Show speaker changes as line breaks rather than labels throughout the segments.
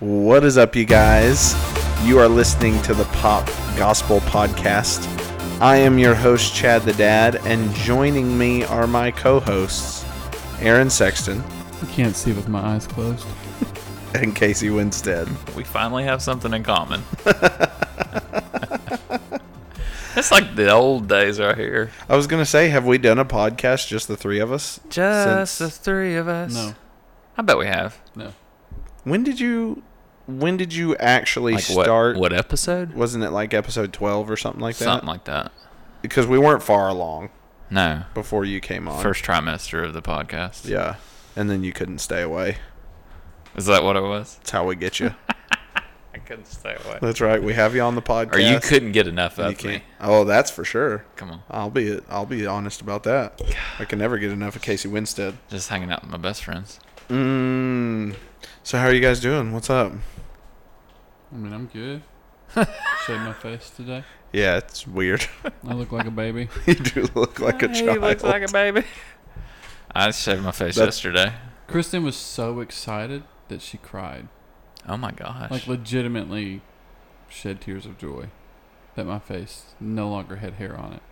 What is up, you guys? You are listening to the Pop Gospel Podcast. I am your host, Chad the Dad, and joining me are my co hosts, Aaron Sexton
I can't see with my eyes closed.
and Casey Winstead.
We finally have something in common. it's like the old days right here.
I was going to say, have we done a podcast, just the three of us?
Just the
Since-
three of us.
No,
I bet we have.
no.
When did you. When did you actually
Like what?
start?
What episode?
Wasn't it like episode 12 or something like that?
Something like that.
because we weren't far along
No.
before you came on.
First trimester of the podcast.
Yeah. And then you couldn't stay away.
Is that what it was?
That's how we get you.
I couldn't stay away.
that's right. We have you on the podcast.
Or you couldn't get enough
You
of
can't-
me.
Oh, that's for sure.
Come on.
I'll be I'll be honest about that. I can never get enough of Casey Winstead.
Just hanging out with my best friends.
Mm. So how are you guys doing? What's up?
I mean, I'm good. Shaved my face today.
Yeah, it's weird.
I look like a baby.
you do look like a child.
baby. I shaved my face
That-
yesterday.
Kristen was so excited that she cried.
Oh my gosh.
Like, legitimately shed tears of joy that my face no longer had hair on it.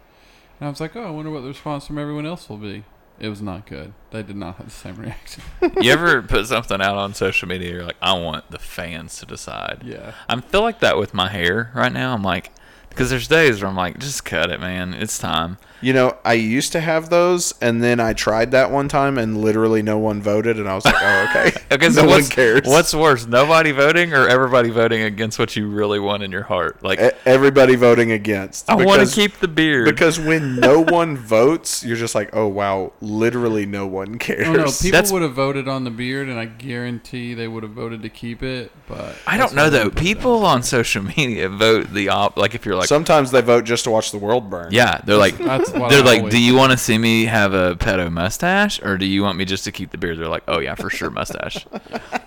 And I was like, oh, I wonder what the response from everyone else will be. It was not good. They did not have the same reaction.
you ever put something out on social media? You're like, I want the fans to decide.
yeah.
I feel like that with my hair right now. I'm like, because there's days where I'm like, just cut it, man. It's time.
You know, I used to have those, and then I tried that one time, and literally no one voted, and I was like, oh okay.
Okay,
no
so
one
what's,
cares.
What's worse, nobody voting or everybody voting against what you really want in your heart? Like,
E- everybody voting against?
I want to
because-
keep the beard.
Because when no one votes, you're just like, oh wow, literally no one cares.
Oh, no, people
That's-
would have voted on the beard, and I guarantee they would have voted to keep it, but.
I
that's
don't know
what
though.
they put
People on social media vote the op. Like, if you're like,
Sometimes they vote just to watch the world burn.
yeah, they're like,
down. That's what
they're
I
like,
always
do you want to see me have a pedo mustache or do you want me just to keep the beard? They're like, oh yeah, for sure mustache.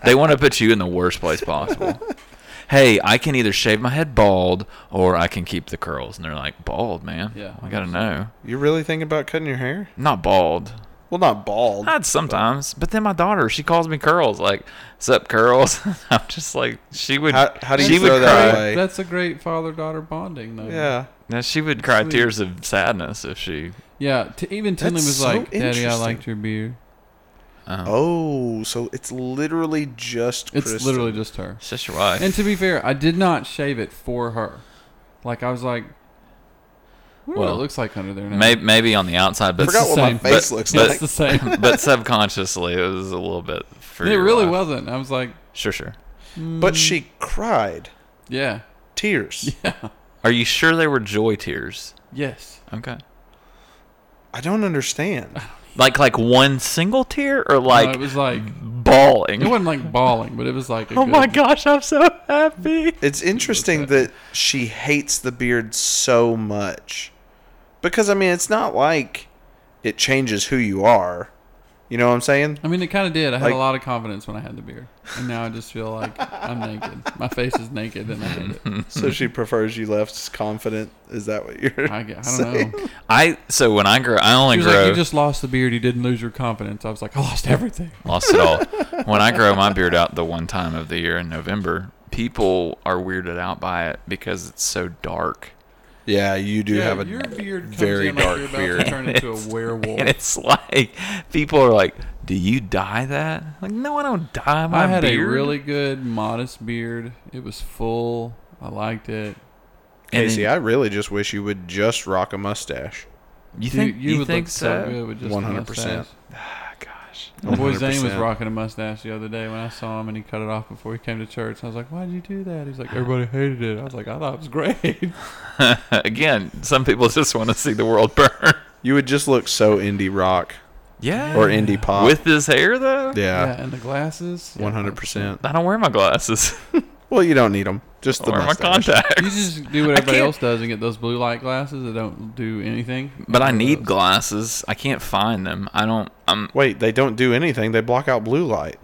they want to put you in the worst place possible. hey, I can either shave my head bald or I can keep the curls. And they're like, bald, man.
Yeah,
I gotta know.
You really thinking about cutting your hair?
Not bald.
Well, not bald.
Not sometimes, but then my daughter, she calls me curls. Like, sup, curls? I'm just like, she would.
How, how do you
she would
throw that
cry.
away?
That's a great father daughter bonding, though.
yeah.
Now, she would cry
Sweet.
tears of sadness if she.
Yeah. T- even Tinley
That's
was
so
like, Daddy, I
interesting.
liked your beard.
Uh,
Oh, so it's literally just.
It's
Kristen.
literally just her.
It's just your wife.
And to be fair, I did not shave it for her. Like, I was like, well, what it
Well,
looks like under there now.
May- maybe on the outside,
I
but
forgot
the
what my
same,
face
but-
looks
but-
like.
It's the same.
but subconsciously, it was a little bit. For
it
your
really
wife.
wasn't. I was like,
Sure, sure.
But she cried
yeah.
tears.
Are you sure they were joy tears?
Yes.
Okay.
I don't understand.
Like like one single tear or
No,
like
it was like,
bawling.
it wasn't like bawling, but it was like, a
oh my
good-
gosh, I'm so happy.
It's interesting that she hates the beard so much. Because, I mean, it's not like it changes who you are. You know what I'm saying?
I mean, it kind of did. I had
Like-
a lot of confidence when I had the beard. And now I just feel like I'm naked. My face is naked and I hate it.
so she prefers you left confident. Is that what you're.
I, g- I don't know.
I so when I grow, I
She
only
was
grow
like, you just lost the beard. You didn't lose your confidence. I was like, I lost everything.
lost it all. when I grow my beard out the one time of the year in November, people are weirded out by it because it's so dark
yeah, you do
yeah,
have a.
your beard comes
very
in like
dark
you're about
beard.
to turn into a werewolf.
and it's like people are like, "Do you dye that?" Like, no, I don't dye my
I had
beard.
a really good modest beard. It was full. I liked it.
And
Casey,
then-
I really just wish you would just rock a mustache.
you think you,
would
think
look
so?
good with just a
100%.
mustache.
Ah, gosh.
My boy Zane was
100%.
rocking a mustache the other day when I saw him, and he cut it off before he came to church. I was like, "Why'd you do that?" He's like, "Everybody hated it." I was like, "I thought it was great."
Again, some people just want to see the world burn.
You would just look so indie rock
Yeah. Uh,
or indie pop.
with his hair though.
yeah,
and the glasses. Yeah.
one hundred percent.
I don't wear my glasses
Well, you don't need them. Just
I
the
or my
mustache.
You
contacts,
just do what
I
everybody
can't-
else does and get those blue light glasses that don't do anything.
but I
Those.
need glasses. I can't find them. I don't. um, I'm
Wait, they don't do anything. They block out blue light.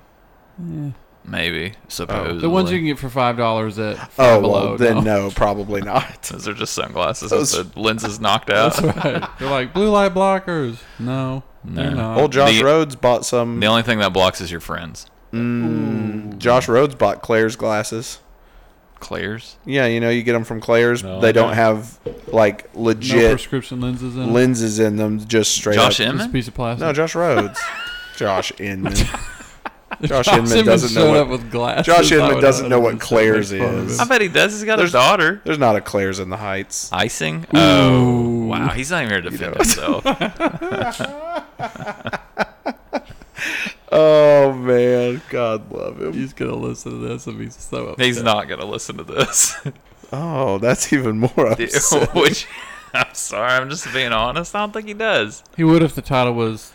Yeah.
maybe supposedly
Oh. The ones you can get for five dollars at Five
Oh
Below.
well, then no, probably not.
Those are just sunglasses
Those-
with the lenses knocked out.
That's right. They're like blue light blockers. No,
No.
they're not.
Old Josh
the-
Rhodes bought some.
The only thing that blocks is your friends.
Mm, Josh Rhodes bought Claire's glasses.
Claire's.
Yeah, you know, you get them from Claire's.
No,
they
I
don't
don't.
have like
No
legit
prescription lenses in it.
lenses in them, just straight
Josh
up.
Just a
Inman.
piece of plastic.
No, Josh Rhodes. Josh Inman. Josh
Josh
Inman doesn't know
showed
what-
up with glasses.
Josh
I
Inman
would
doesn't
have
know
been
what
so
Claire's
made fun of
is.
I bet he does. He's got
There's-
his daughter.
There's not a Claire's in the Heights.
Icing. Oh
Ooh.
wow, he's not even here to defend
know.
himself.
Oh man, God love him.
He's gonna listen to this and be so upset.
He's not gonna listen to this.
Oh, that's even more
Dude,
upset.
Which I'm sorry, I'm just being honest. I don't think he does.
He would if the title was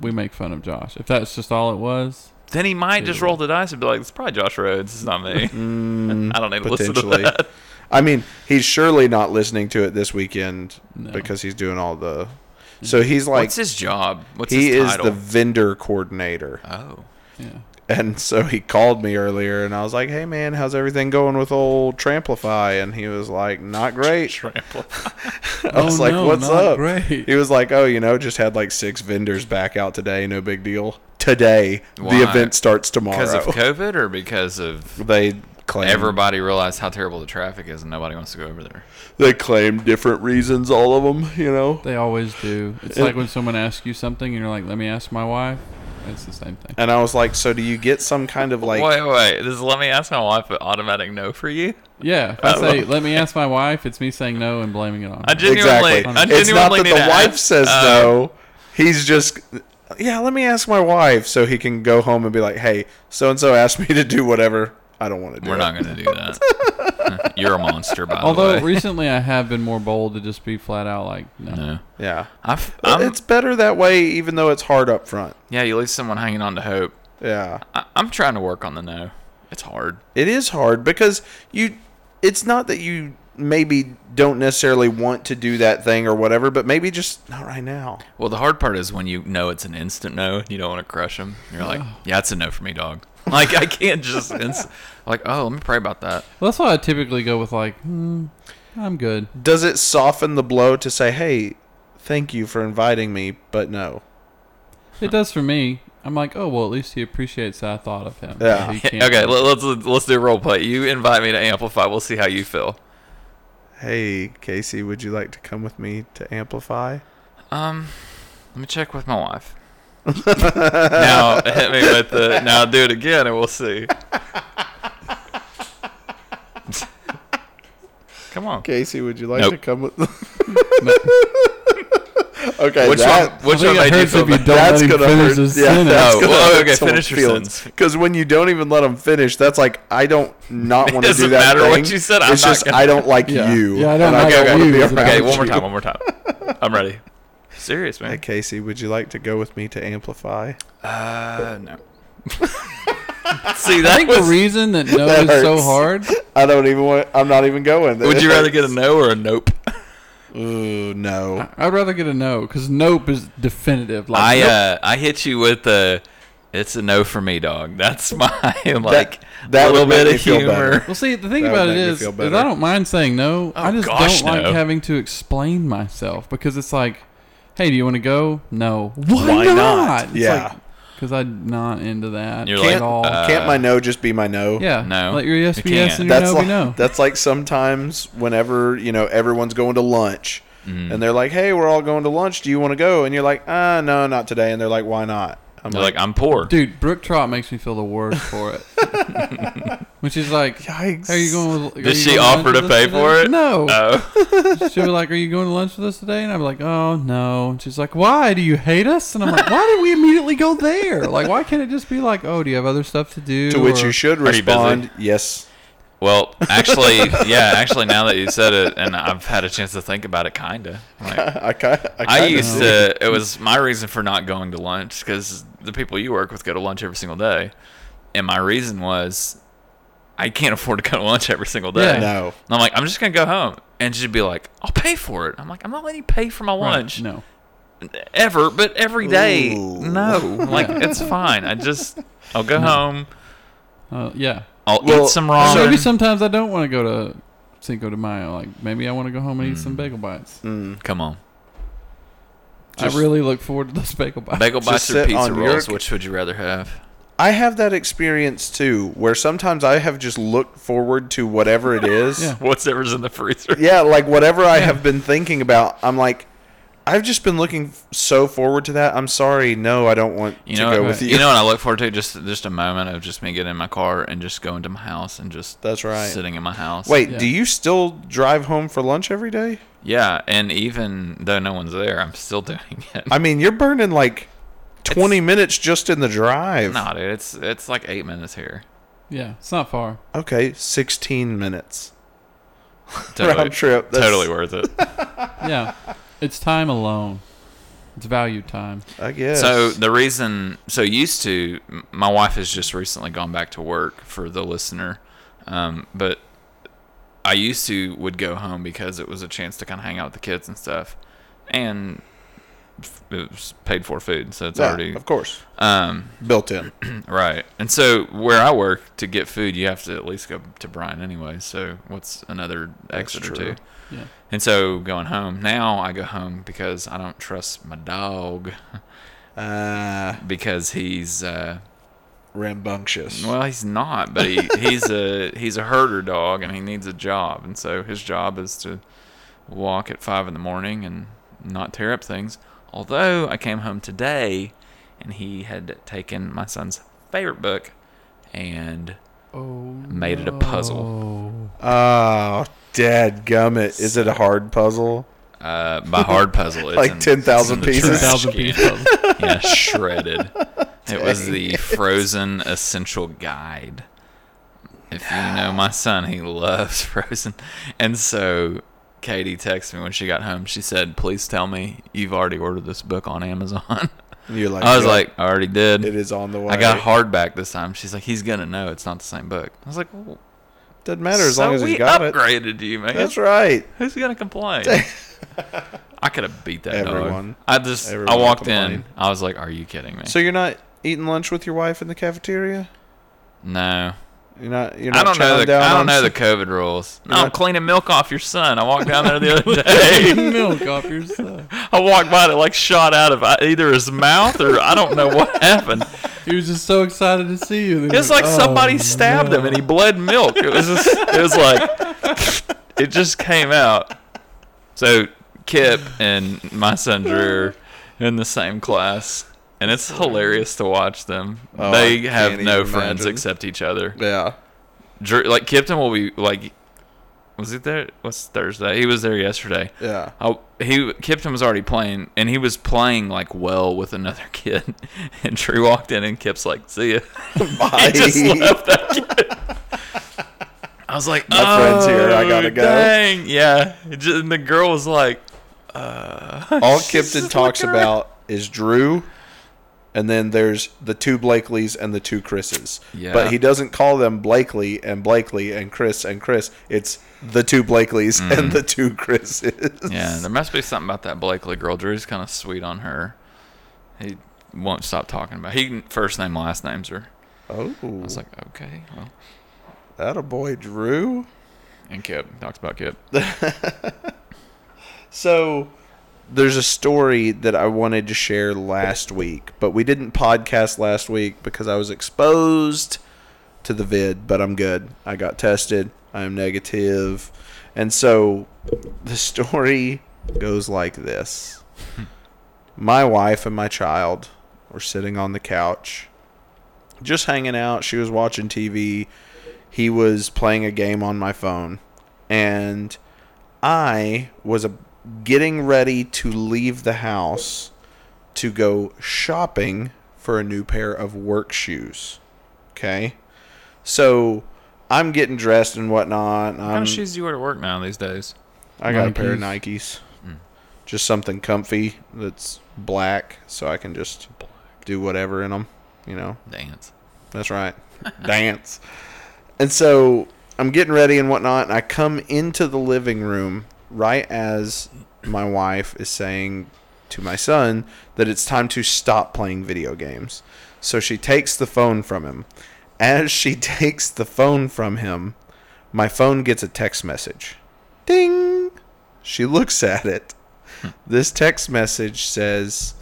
"We Make Fun of Josh." If that's just all it was,
Then he might just
Dude.
roll the dice and be like, "It's probably Josh Rhodes. It's not me.
Mm,
I don't need to listen to
potentially.
that."
I mean, he's surely not listening to it this weekend
no.
because he's doing all the. So he's like,
What's his job? What's
he
his
is
title?
the vendor coordinator.
oh,
yeah,
And so he called me earlier and I was like, hey man, how's everything going with old Tramplify? And he was like, not great.
trample.
I was
Oh,
like,
no,
what's
not
up?
great.
He was like, oh, you know, just had like six vendors back out today. No big deal. Today,
Why?
the event starts tomorrow.
Because of COVID or because of
they claim
everybody realized how terrible the traffic is and nobody wants to go over there.
they claim different reasons, all of them. You know,
they always do. It's like when someone asks you something and you're like, "Let me ask my wife." It's the same thing.
And I was like, so do you get some kind of like?
wait, wait. This is, let me ask my wife an automatic no for you.
Yeah, if I say, "Let me ask my wife," it's me saying no and blaming it on.
Oh. I
her.
genuinely,
exactly.
I genuinely
it's not that
need to
the wife
ask,
says
uh,
no. He's just, yeah. Let me ask my wife so he can go home and be like, hey, so and so asked me to do whatever. I don't want to do.
We're
it.
not going to do that. You're a monster, by
Although
the way.
recently I have been more bold to just be flat out like, "No."
no.
Yeah,
I've, I'm,
it's better that way, even though it's hard up front.
yeah, you leave someone hanging on to hope.
Yeah,
I, I'm trying to work on the no. It's hard.
it is hard because you. It's not that you maybe don't necessarily want to do that thing or whatever, but maybe just not right now.
Well, the hard part is when you know it's an instant no and you don't want to crush them. You're like, yeah, it's a no for me, dog. Like, I can't just, inst- like, oh, let me pray about that.
Well, that's why I typically go with like, hmm, "I'm good."
Does it soften the blow to say, hey, thank you for inviting me, but no?
It does for me. I'm like, "Oh well, at least he appreciates that I thought of him."
Yeah.
He can't-
Okay, let, let's let's do a role play. You invite me to Amplify. We'll see how you feel.
Hey, Casey, would you like to come with me to Amplify?
Um, let me check with my wife. now hit me with the now do it again and we'll see. Come on.
Casey, would you like
Nope.
to come with. okay,
Which
that,
one? Which
I think
one
it
made you
hurts
feel
if you
bad?
don't
that's
let him
gonna
finish
hurt.
his
yeah,
sentence.
that's
Oh,
gonna
well,
hurt
okay,
someone's
finish your sentence.
Because when you don't even let them finish, that's like I don't not
It
want to do
doesn't
that.
matter what
thing.
you said, I'm
It's
not
just
gonna-
I don't like
Yeah.
you.
Yeah, I don't
and
like
don't wanna
you
be
is about
around
Okay, one more
you.
time. One more time. I'm ready. Serious
Hey,
man.
Casey, would you like to go with me to Amplify?
Uh, no. see
I
that
think the
was.
reason that no
That
is so
hurts.
hard
I don't even want. I'm not even going.
Would you rather get a no or a nope?
Ooh, no.
I'd rather get a no because nope is definitive. Like,
I
nope.
uh I hit you with the it's a no for me, dog. That's my like
that
little
would make
bit
me
of
feel
humor.
better.
well, see, the thing
that would
about it
make me
is,
feel
is
better.
I don't mind saying no.
Oh,
I just
gosh,
don't like
no.
having to explain myself because it's like, hey, do you want to go? No. Why,
Why not?
not?
Yeah.
Because I'm not into that
You're
at
like,
all.
uh,
Can't my no just be my no?
yeah.
no,
Let your yes
you
be yes
can't.
and your
That's
no
like
be no.
that's like sometimes whenever you know everyone's going to lunch,
Mm-hmm. Mm.
and they're like, "Hey, we're all going to lunch. Do you want to go?" And you're like, "Ah, no, not today." And they're like, "Why not?" I'm
You're like I'm poor.
Dude, Brooke Trot makes me feel the worst for it. when she's like,
"Yikes!"
are you going? With, are you
Did she
going lunch
offer to
with us
pay
today?"
for it?
No.
Oh,
She'll be like, "Are you going to lunch with us today?" And I'm like, "Oh no." And she's like, "Why? Do you hate us?" And I'm like, "Why did we immediately go there? Like, why can't it just be like, oh, do you have other stuff to do?"
To which
Or-
you should
Are you busy?
respond, "Yes."
well, actually, yeah, actually, now that you said it, and I've had a chance to think about it, kinda. Like,
I, ki- I,
I
kinda
used
do.
to. It was my reason for not going to lunch because the people you work with go to lunch every single day, and my reason was I can't afford to go to lunch every single day.
Yeah.
no.
And I'm like, I'm just gonna go home, and she'd be like, I'll pay for it. I'm like, I'm not letting you pay for my
Right,
lunch
No.
ever, but every day,
Ooh.
no, I'm like
Yeah.
it's fine. I just, I'll go home.
Uh, yeah.
I'll
Well,
eat some
so-
ramen.
Maybe sometimes I don't want to go to Cinco de Mayo. Like, maybe I want to go home and eat some bagel bites.
Mm.
Come on,
Just-
I really look forward to those bagel bites.
bagel bites
Just
or
sit
pizza
on
rolls?
your-
Which would you rather have?
I have that experience too, where sometimes I have just looked forward to whatever it is.
Yeah.
Whatever's in the freezer.
Yeah, like whatever I
Yeah.
have been thinking about, I'm like, I've just been looking f- so forward to that. I'm sorry, no, I don't want
You
to
know,
go
what-
with you.
you know what I look forward to just just a moment of just me getting in my car and just going to my house and just
That's right.
sitting in my house.
Wait,
Yeah.
do you still drive home for lunch every day?
yeah, and even though no one's there, I'm still doing it.
I mean, you're burning like 20 minutes just in the drive.
no, dude, it's it's like eight minutes here.
Yeah, it's not far.
Okay, 16 minutes.
Totally,
Round trip. That's-
totally worth it.
Yeah, it's time alone. It's valued time.
I guess.
So the reason, so used to, m- my wife has just recently gone back to work for the listener, um, but I used to would go home because it was a chance to kind of hang out with the kids and stuff, and f- it was paid for food, so it's
Yeah,
already
of course,
um,
built in.
right. And so where I work to get food, you have to at least go to Bryan anyway. So what's another
That's
exit or
true.
two?
Yeah.
And so going home now, I go home because I don't trust my dog
Uh,
because he's. Uh,
rambunctious.
Well, he's not, but he, he's a he's a herder dog, and he needs a job, and so his job is to walk at five in the morning and not tear up things. Although I came home today, and he had taken my son's favorite book, and
Oh.
Made it a puzzle.
Oh, dad gummit. Is it a hard puzzle?
uh, by hard puzzle, it's
Like
in-
10,000
it's in the
pieces?
trash
10,000
can.
piece puzzle.
yeah, shredded. It was
Dang
the
it.
Frozen Essential Guide. If you know my son, he loves Frozen. And so Katie texted me when she got home. She said, Please tell me you've already ordered this book on Amazon.
You're like,
I was
"Yep,
like, I already
it
did.
is on the way.
I got hardback this time. She's like, He's going to know it's not the same book. I was like, well,
Doesn't matter as
so
long as
we
you got it.
upgraded you, man.
That's right.
Who's gonna complain? I could have beat that
Everyone.
dog. I just
Everyone
I walked
complained.
in. I was like, "Are you kidding me?"
So you're not eating lunch with your wife in the cafeteria?
no,
You're not. You're not.
I don't know
chowing
the
down
I
on-
don't know the COVID rules. No,
You're
I'm
not-
cleaning milk off your son. I walked down there the other day.
milk off your side.
I walked by and it like shot out of e- either his mouth or I don't know what happened.
He was just so excited to see you. Oh,
It's like
Oh,
somebody stabbed him and he bled milk. It was just it was like it just came out. So Kip and my son Drew are in the same class. And it's hilarious to watch them.
Oh,
they
I
have
can't
no
even
friends
imagine.
except each other.
Yeah.
Drew, like Kipton will be like, was it there? What's Thursday? He was there yesterday.
Yeah.
Oh, he Kipton was already playing, and he was playing like well with another kid. And Drew walked in, and Kip's like, "See ya."
Bye.
He just left that kid. I was like,
My
oh,
friend's here, I gotta go."
Dang, yeah. It ju- and the girl was like, uh,
All
she's
Kipton
just
talks
looking around.
about is Drew, and then there's the two Blakeleys and the two Chris's.
Yeah.
But he doesn't call them Blakely and Blakely and Chris and Chris. It's the two Blakeleys and the two Chris's.
Mm. Yeah, there must be something about that Blakely girl. Drew's kind of sweet on her. He won't stop talking about. He first name last names her.
Oh,
I was like, okay, well,
that a boy, Drew.
and Kip talks about Kip.
So there's a story that I wanted to share last week, but we didn't podcast last week because I was exposed to the vid, but I'm good. I got tested. I'm negative. And so the story goes like this. My wife and my child were sitting on the couch just hanging out. She was watching TV. He was playing a game on my phone. And I was a, getting ready to leave the house to go shopping for a new pair of work shoes. Okay. So I'm getting dressed and whatnot. and
How
I'm,
much shoes do you wear to work now these days?
I got a pair of Nikes. Just something comfy that's black so I can just do whatever in them, you know.
Dance.
That's right. Dance. And so I'm getting ready and whatnot, and I come into the living room right as my wife is saying to my son that it's time to stop playing video games. So she takes the phone from him. As she takes the phone from him, my phone gets a text message. Ding! She looks at it. This text message says,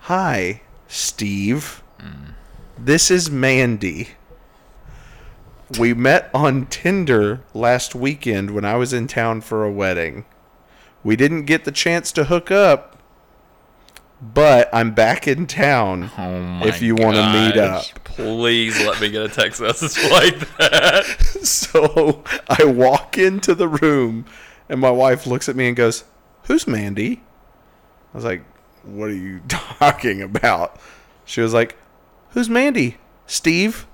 Hi, Steve. This is Mandy. We met on Tinder last weekend when I was in town for a wedding. We didn't get the chance to hook up, but I'm back in town.
Oh my
If you wanna meet
gosh.
up.
please let me get a text message like that.
So I walk into the room, and my wife looks at me and goes, Who's Mandy? I was like, What are you talking about? She was like, Who's Mandy? Steve?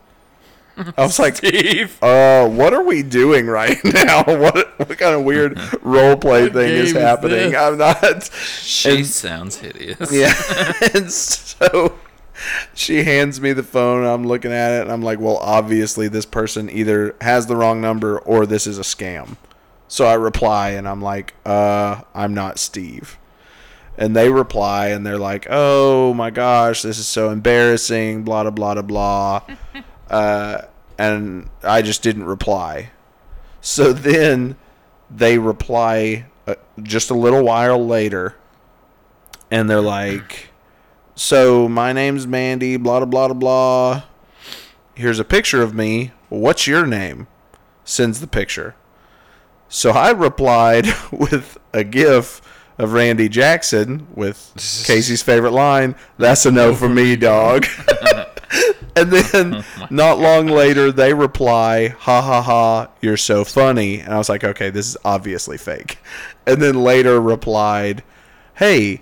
I was like,
Steve.
Uh, what are we doing right now? What what kind of weird role play thing
game
is
is
happening?
this?
I'm not.
She sounds hideous.
Yeah, and so she hands me the phone. I'm looking at it, and I'm like, well, obviously this person either has the wrong number or this is a scam. So I reply, and I'm like, uh, I'm not Steve. And they reply, and they're like, oh my gosh, this is so embarrassing, blah, blah, blah, blah, blah. uh, and I just didn't reply. So then they reply uh, just a little while later, and they're like, "So my name's Mandy, blah blah blah blah blah. Here's a picture of me. What's your name?" Sends the picture. So I replied with a GIF of Randy Jackson with Casey's favorite line, "That's a no for me, dog." And then not long later, they reply, ha ha ha, you're so funny. And I was like, okay, this is obviously fake. And then later replied, hey,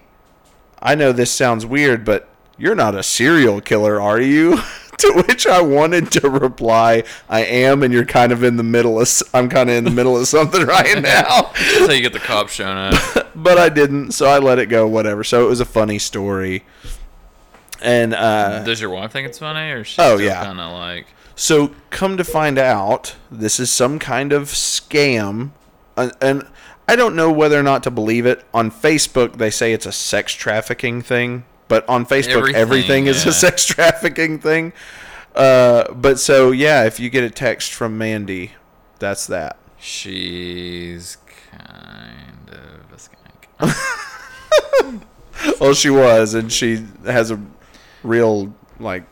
I know this sounds weird, but you're not a serial killer, are you? to which I wanted to reply, I am, and you're kind of in the middle of, s- I'm kind of in the middle of something right now.
That's how you get the cop showing up.
But I didn't, so I let it go, whatever. So it was a funny story. And, uh,
Does your wife think it's funny, or she's
Oh,
still
yeah.
kind of like
So come to find out, this is some kind of scam, and, and I don't know whether or not to believe it. On Facebook, they say it's a sex trafficking thing, but on Facebook, everything,
Everything,
is
yeah.
a sex trafficking thing. Uh, but so yeah, if you get a text from Mandy, that's that.
she's kind of a skank?
Well, she was, and she has a real like.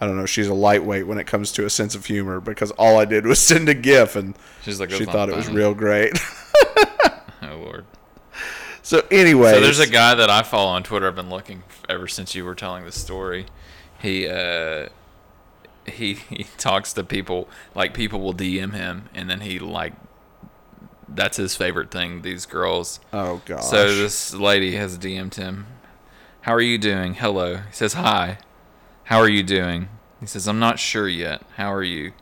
I don't know. She's a lightweight when it comes to a sense of humor because all I did was send a GIF, and
She's like,
she
"That's not
thought it was
funny."
real great.
Oh lord.
So anyway,
So there's a guy that I follow on Twitter. I've been looking f- ever since you were telling this story. He uh, he he talks to people like people will DM him, and then he like that's his favorite thing. These girls.
oh gosh.
So this lady has DM'd him. How are you doing? Hello. He says hi. How are you doing? He says I'm not sure yet. How are you?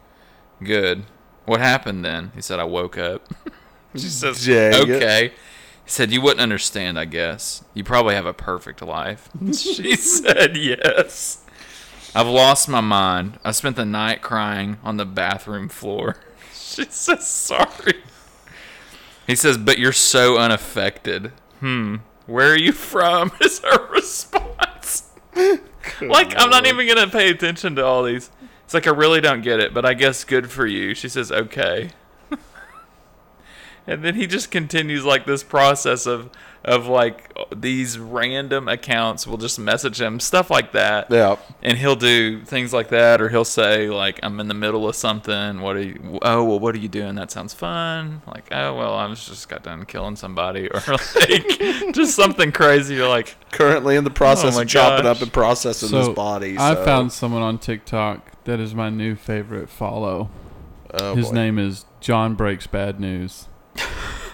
Good. What happened then? He said I woke up. she says
Dang it.
okay. He said you wouldn't understand. I guess you probably have a perfect life. she said yes. I've lost my mind. I spent the night crying on the bathroom floor. She says sorry. He says, "But you're so unaffected." Hmm. Where are you from? Is her response. like I'm not even gonna pay attention to all these. It's like I really don't get it, but I guess good for you. She says, "Okay." and then he just continues like this process of of like these random accounts will just message him stuff like that
yeah,
and he'll do things like that or he'll say like i'm in the middle of something what are you oh well what are you doing that sounds fun like oh well i was just got done killing somebody or like just something crazy you're like
currently in the process
Oh my
of chopping
gosh.
up and processing
So
this body.
I
so-
found someone on TikTok that is my new favorite follow.
oh,
His
boy.
name is John Breaks Bad News.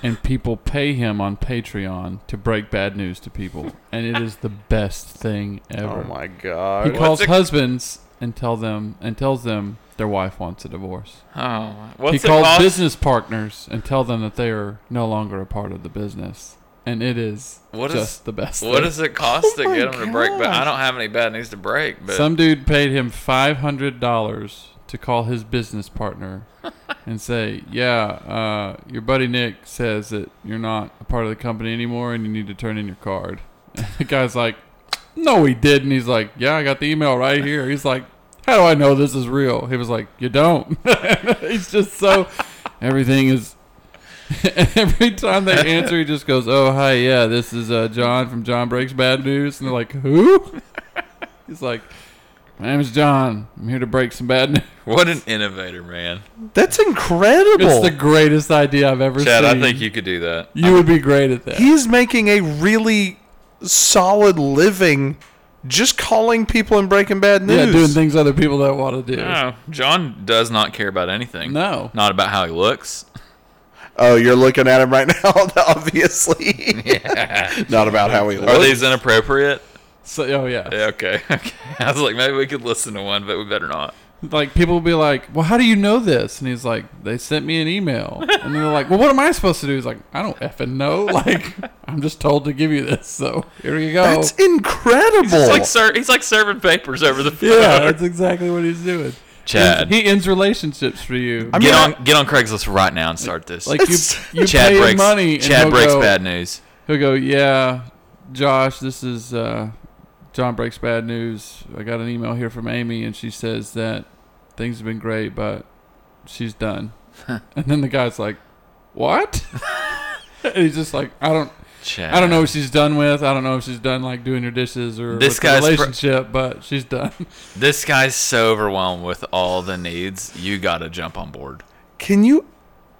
and people pay him on Patreon to break bad news to people. And it is the best thing ever.
Oh my
he
god!
calls
it-
husbands and tell them and tells them their wife wants a divorce.
oh what's
he
it
calls
called
business partners and tell them that they are no longer a part of the business. And it is
What is-
just the best
what
thing.
does it cost to
my
get him to break but i
gosh.
don't have any bad news to break but
Some dude paid him five hundred dollars to call his business partner and say, "Yeah, uh, your buddy Nick says that you're not a part of the company anymore, and you need to turn in your card." And the guy's like, "No, he didn't." He's like, "Yeah, I got the email right here." He's like, "How do I know this is real?" He was like, "You don't." He's just so everything is. Every time they answer, he just goes, "Oh hi, yeah, this is uh, John from John Breaks Bad News," and they're like, "Who?" He's like, My name is John. I'm here to break some bad news.
What an innovator, man.
That's incredible.
It's the greatest idea I've ever
Chad,
seen.
I think you could do that.
you would be great at that.
He's making a really solid living just calling people and breaking bad news.
yeah, doing things other people don't want to do.
No, Oh, John does not care about anything.
No.
Not about how he looks.
Oh, you're looking at him right now, obviously. Not about how he
Are
looks.
these inappropriate?
So, oh yeah.
Yeah, okay. Okay. I was like, maybe we could listen to one, but we better not.
Like people will be like, "Well, how do you know this?" And he's like, "They sent me an email." And they're like, "Well, what am I supposed to do?" He's like, "I don't effing know. Like, I'm just told to give you this, so here you go."
That's incredible.
He's like, ser- he's like serving papers over the phone.
yeah, that's exactly what he's doing.
Chad.
he ends relationships for you.
I'm-
get
Yeah.
on get on Craigslist right now and start this.
like you,
It's-
you
Chad
pay him
breaks
money. And
Chad
he'll
breaks
go,
bad news.
He'll go, yeah, Josh, this is uh, John breaks bad news. I got an email here from Amy, and she says that things have been great, but she's done. and then the guy's like, what? and he's just like, I don't,
Chad.
I don't know what she's done with. I don't know if she's done like doing your dishes or
This
with the
guy's pro-
relationship, but she's done.
This guy's so overwhelmed with all the needs. You gotta jump on board.
Can you?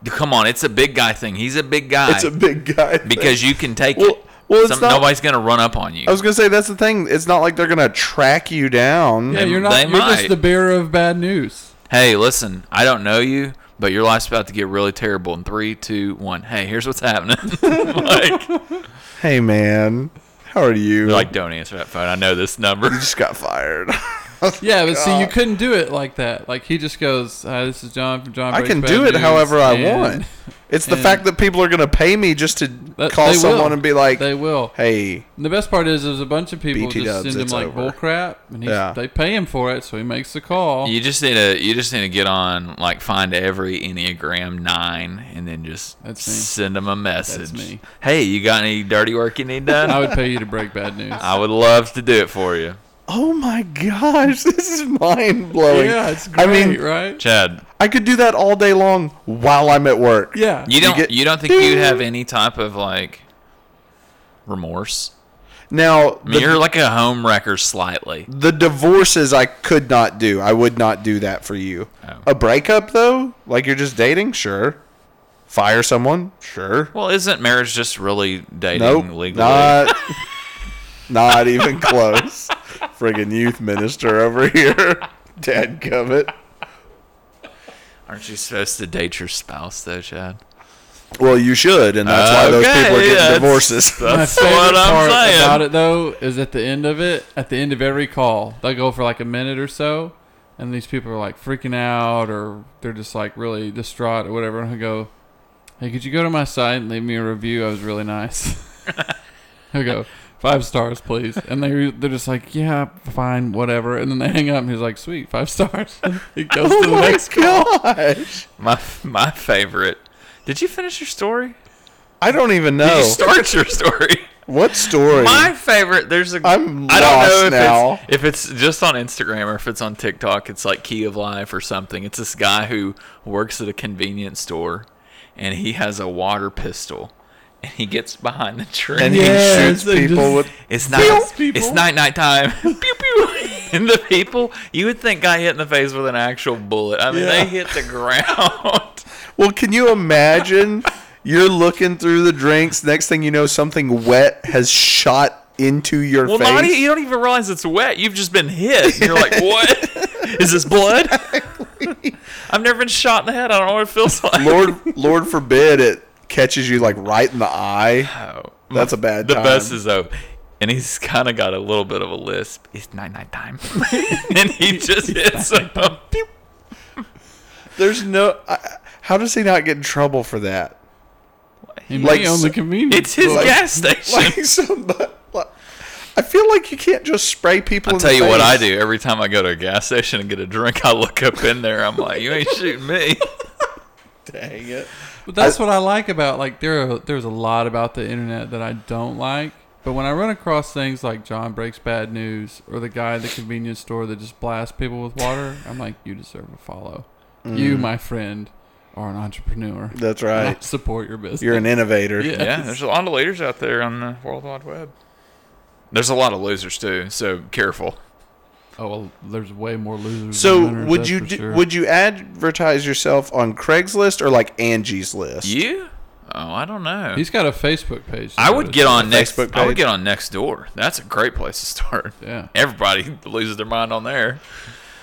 Come on, it's a big guy thing. He's a big guy.
It's a big guy. thing.
because you can take
Well-
it.
well, it's not-
nobody's gonna run up on you.
I was gonna say that's the thing. It's not like they're gonna track you down.
yeah, you're not.
they
You're
might.
just the bearer of bad news.
hey, listen, I don't know you, but your life's about to get really terrible in three, two, one. Hey, here's what's happening. like, you're
Hey, man, how are you?
like, don't answer that phone. I know this number.
just got fired.
Yeah, but see, you couldn't do it like that. Like he just goes, Hi, "This is John from John."
I
Breaks
can
Bad
do it
News,
however I
and
want. It's the
and-
fact that people are gonna pay me just to
that-
call
they
someone
will.
and be like,
"They will."
"Hey,
And the best part is, there's a bunch of people
BT
just
dubs,
send him
it's
like
over.
bull crap, and he's,
Yeah.
they pay him for it, so he makes the call.
You just need to you just need to get on like find every Enneagram nine and then just
That's me.
send them a message.
me.
Hey, you got any dirty work you need done?
I would pay you to break bad news.
I would love to do it for you,
oh my gosh, this is mind blowing."
yeah, it's
I
great,
mean,
right?
Chad.
I could do that all day long while I'm at work.
Yeah,
You don't you,
get-
don't think you'd have any type of like remorse?
Now,
I mean,
the,
you're like a home wrecker slightly.
the divorces I could not do. I would not do that for you.
Oh.
A breakup though, like you're just dating, sure. Fire someone, sure.
Well, isn't marriage just really dating
Nope,
legally?
not, not even close. Friggin' youth minister over here, Dad Covet.
Aren't you supposed to date your spouse though, Chad?
Well, you should, and that's why those
Okay,
people are getting
yeah,
divorces.
My
That's
favorite
what I'm
part
saying.
about it though is at the end of it, at the end of every call, they go for like a minute or so, and these people are like freaking out or they're just like really distraught or whatever, and he'll go, "Hey, could you go to my site and leave me a review? I was really nice." he'll go. Five stars, please. And they they're just like, yeah, fine, whatever. And then they hang up, and he's like, sweet, five stars. he goes
Oh
to the
Oh my
next call.
gosh.
My my favorite. Did you finish your story? Oh.
I don't even
Did
know
you start your story?
what story.
My favorite. There's a.
I'm
I don't know
lost
if
now.
it's if it's just on Instagram or if it's on TikTok. It's like Key of Life or something. It's this guy who works at a convenience store, and he has a water pistol, and he gets behind the tree.
and
Yes,
he shoots
they
people
just-
with.
it's night.
people.
It's night night time. pew pew. And the people, you would think got hit in the face with an actual bullet. I mean,
Yeah.
they hit the ground.
Well, can you imagine? You're looking through the drinks. Next thing you know, something wet has shot into your
Well,
face.
not e- you don't even realize it's wet. You've just been hit. And you're like, what? Is this blood? I've never been shot in the head. I don't know what it feels like.
Lord, Lord forbid it catches you like right in the eye.
Oh,
That's a bad.
the
time.
best is though, and he's kind of got a little bit of a lisp. It's night night time, and he just hits him. Pew.
there's no. I, how does he not get in trouble for that?
He
Like,
may own the convenience.
It's his
store.
gas station.
Like somebody. Like, I feel like you can't just spray people.
I'll
in
tell
the
you what
face.
I do every time I go to a gas station and get a drink. I look up in there. I'm like, you ain't shooting me.
Dang it.
But that's what I like about like there. Are, there's a lot about the internet that I don't like. But when I run across things like John breaks bad news or the guy at the convenience store that just blasts people with water, I'm like, you deserve a follow. You, my friend, are an entrepreneur.
Mm. That's
And
right.
I support your business.
You're an innovator.
Yeah.
Yeah, there's a lot of leaders out there on the World Wide Web. There's a lot of losers too, so careful.
Oh, well, there's way more losers.
So
than winners,
would
that's
you
for
do,
sure.
would you advertise yourself on Craigslist or like Angie's List?
You? Oh, I don't know.
He's got a Facebook page.
I would get on next.
Facebook
I
page?
would get on next door. That's a great place to start.
Yeah.
Everybody loses their mind on there.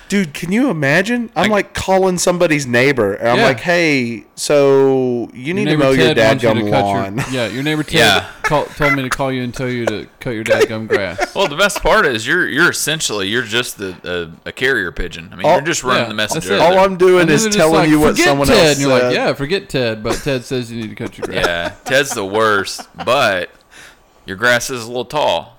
Dude, can you imagine? I'm
I-
like calling somebody's neighbor, and I'm
Yeah.
like, "Hey, so you need to mow your
wants you to
dadgum
cut your-
lawn."
yeah, your neighbor Ted
Yeah.
call, told me to call you and tell you to cut your dadgum grass.
Well, the best part is you're you're essentially you're just the uh, a carrier pigeon. I mean,
All-
you're just running
yeah,
the
that's
messenger.
it.
All I'm doing
And then
is
they're just
telling
like,
you what
"Forget
someone
Ted.
else
And you're like,
said.
yeah, forget Ted, but Ted says you need to cut your grass.
yeah, Ted's the worst, but your grass is a little tall.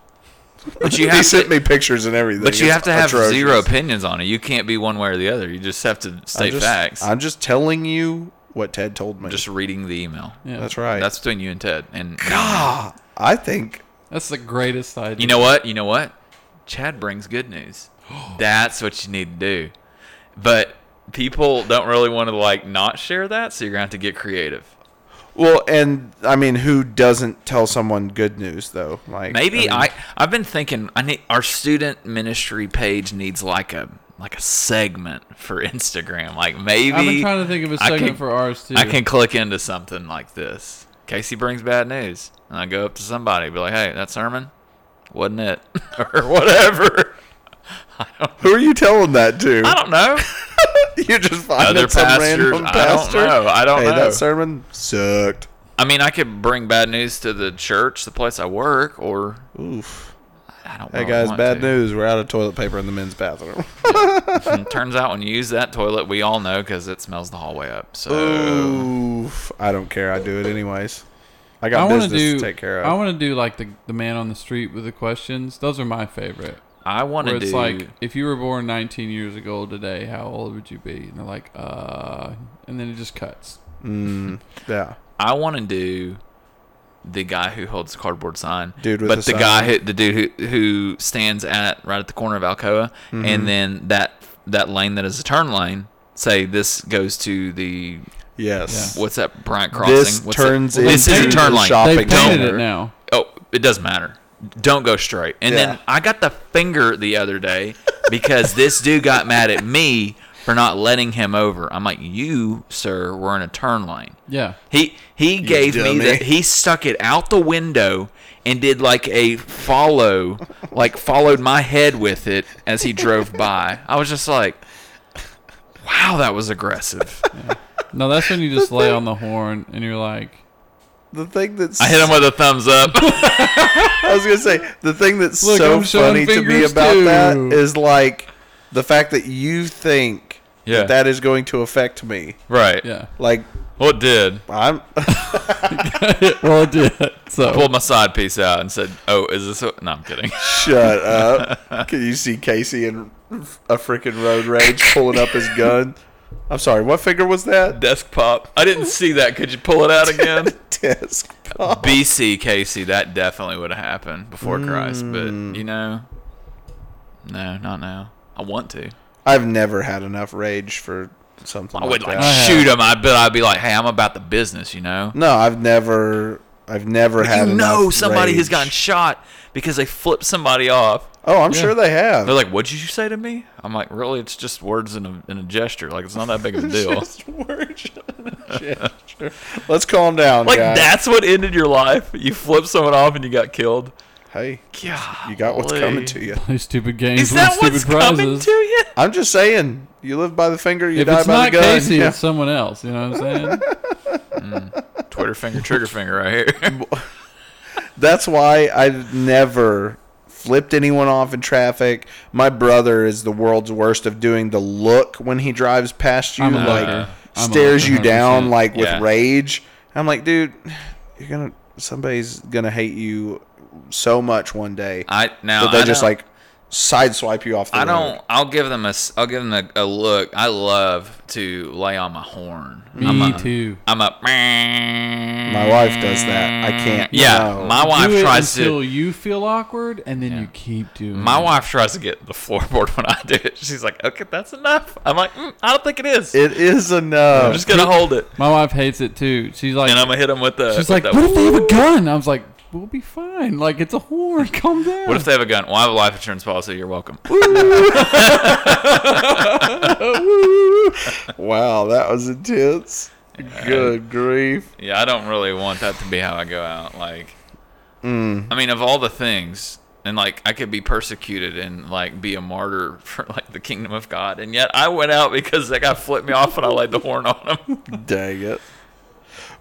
But you
he
have
sent
to,
me pictures and everything.
but you
It's
have to have
atrocious.
zero opinions on it. You can't be one way or the other. You just have to
I'm
state
just,
facts. I'm
I'm just telling you what Ted told me.
just reading the email.
Yeah.
That's right.
That's between you and Ted. And
ah, I think
That's the greatest idea.
You know what? You know what? Chad brings good news. That's what you need to do. But people don't really want to like not share that, so you're gonna have to get creative.
Well, and I mean, who doesn't tell someone good news though? Like
Maybe
mean,
I, I have been thinking I need our student ministry page needs like a like a segment for Instagram. Like maybe
I've been trying to think of a
I
segment
can-
for ours too.
I can click into something like this. Casey brings bad news, and I go up to somebody, be like, "Hey, that sermon wasn't it, or whatever." I don't,
Who are you telling that to?
I don't know.
you just find
Other
some
pastors,
random
I don't
pastor.
know. I don't
hey,
know.
that sermon sucked.
I mean, I could bring bad news to the church, the place I work, or
Oof.
I don't.
Hey
really
guys,
want
bad
to.
news. We're out of toilet paper in the men's bathroom.
And turns out when you use that toilet, we all know because it smells the hallway up. So
Oof. I don't care. I do it anyways. I
I
got
want to
business
do.
to take care
I
of.
want to do like the the man on the street with the questions. Those are my favorite.
I want
Where
to
it's
do.
like, if you were born 19 years ago today, how old would you be? And they're like, uh, and then it just cuts.
mm, yeah.
I want to do the guy who holds the cardboard sign,
Dude with
but
the
the guy who the dude who who stands at right at the corner of Alcoa,
Mm-hmm.
and then that that lane that is a turn lane. Say this goes to the
Yes.
what's that Bryant Crossing?
This
what's
turns
that?
into
this is a turn
the
lane.
shopping
They painted
center.
it now.
Oh, it doesn't matter. Don't go straight. And
Yeah.
then I got the finger the other day because this dude got mad at me for not letting him over. I'm like, you, sir, were in a turn lane.
Yeah.
He he gave me
dummy.
that he stuck it out the window and did like a follow, like followed my head with it as he drove by. I was just like, wow, that was aggressive.
No, that's when you just lay on the horn and you're like,
The thing that's
I hit him with a thumbs up.
I was gonna say the thing that's
Look,
so
I'm showing
funny to me
fingers
about
too.
that is like the fact that you think
Yeah.
that, that is going to affect me.
right.
yeah.
Like
Well, it did.
I'm
well, it did.
Oh.
So
pulled my side piece out and said, "Oh, is this?" What? No, I'm kidding.
shut up. Can you see Casey in a freaking road rage pulling up his gun? I'm sorry. What finger was that?
Desk pop. I didn't see that. Could you pull it out again?
Desk. pop.
BC Casey, that definitely would have happened before
Mm.
Christ, but you know, no, not now. I want to.
I've never had enough rage for something.
I would like
that.
I have.
shoot him. I bet I'd be like, "Hey, I'm about the business," you know.
No, I've never. I've never had.
you know,
enough
somebody has
rage.
gotten shot because they flipped somebody off.
Oh, I'm
Yeah.
sure they have.
They're like, "What did you say to me?" I'm like, "Really? It's just words and a, and a gesture. Like it's not that big of a deal."
Just words and a gesture. Let's calm down,
Like
guys.
that's what ended your life. You flipped someone off and you got killed.
Hey,
God,
you got what's coming to you.
play stupid games
Is
with
that
stupid
what's coming
prizes.
to you?
I'm just saying, you live by the finger, you
if
die
it's
by the
not
gun.
Casey,
Yeah.
it's someone else. You know what I'm saying?
Twitter finger, trigger finger, right here.
That's why I've never flipped anyone off in traffic. My brother is the world's worst of doing the look when he drives past you,
I'm a
like
looker. I'm a
stares
looker,
you down
100%.
like with
Yeah.
rage. I'm like, dude, you're gonna somebody's gonna hate you so much one day
I now
that they
I
just
don't-
like sideswipe you off the
I
road.
don't. I'll give them a. s- I'll give them a, a look. I love to lay on my horn. I'm
Me
a,
too.
I'm a.
My wife does that. I can't.
Yeah,
no.
my
Do
wife
it
tries
until
to.
you feel awkward, and then you keep doing.
My
it.
wife tries to get the floorboard when I do it. She's like, "Okay, that's enough." I'm like, mm, "I don't think it is.
It is
I'm
enough.
just gonna hold it,
My wife hates it too. She's like,
and I'm gonna hit him with the."
she's
with
like,
the-
what if they have a gun? I was like, we'll be fine. Like it's a horn. Calm down.
What if they have a gun? Well, I have a life insurance policy. You're welcome.
Wow, that was intense. Good grief.
Yeah, I don't really want that to be how I go out. Like,
Mm.
I mean, of all the things, and like, I could be persecuted and like be a martyr for like the kingdom of God, and yet I went out because that guy flipped me off and I laid the horn on him.
Dang it.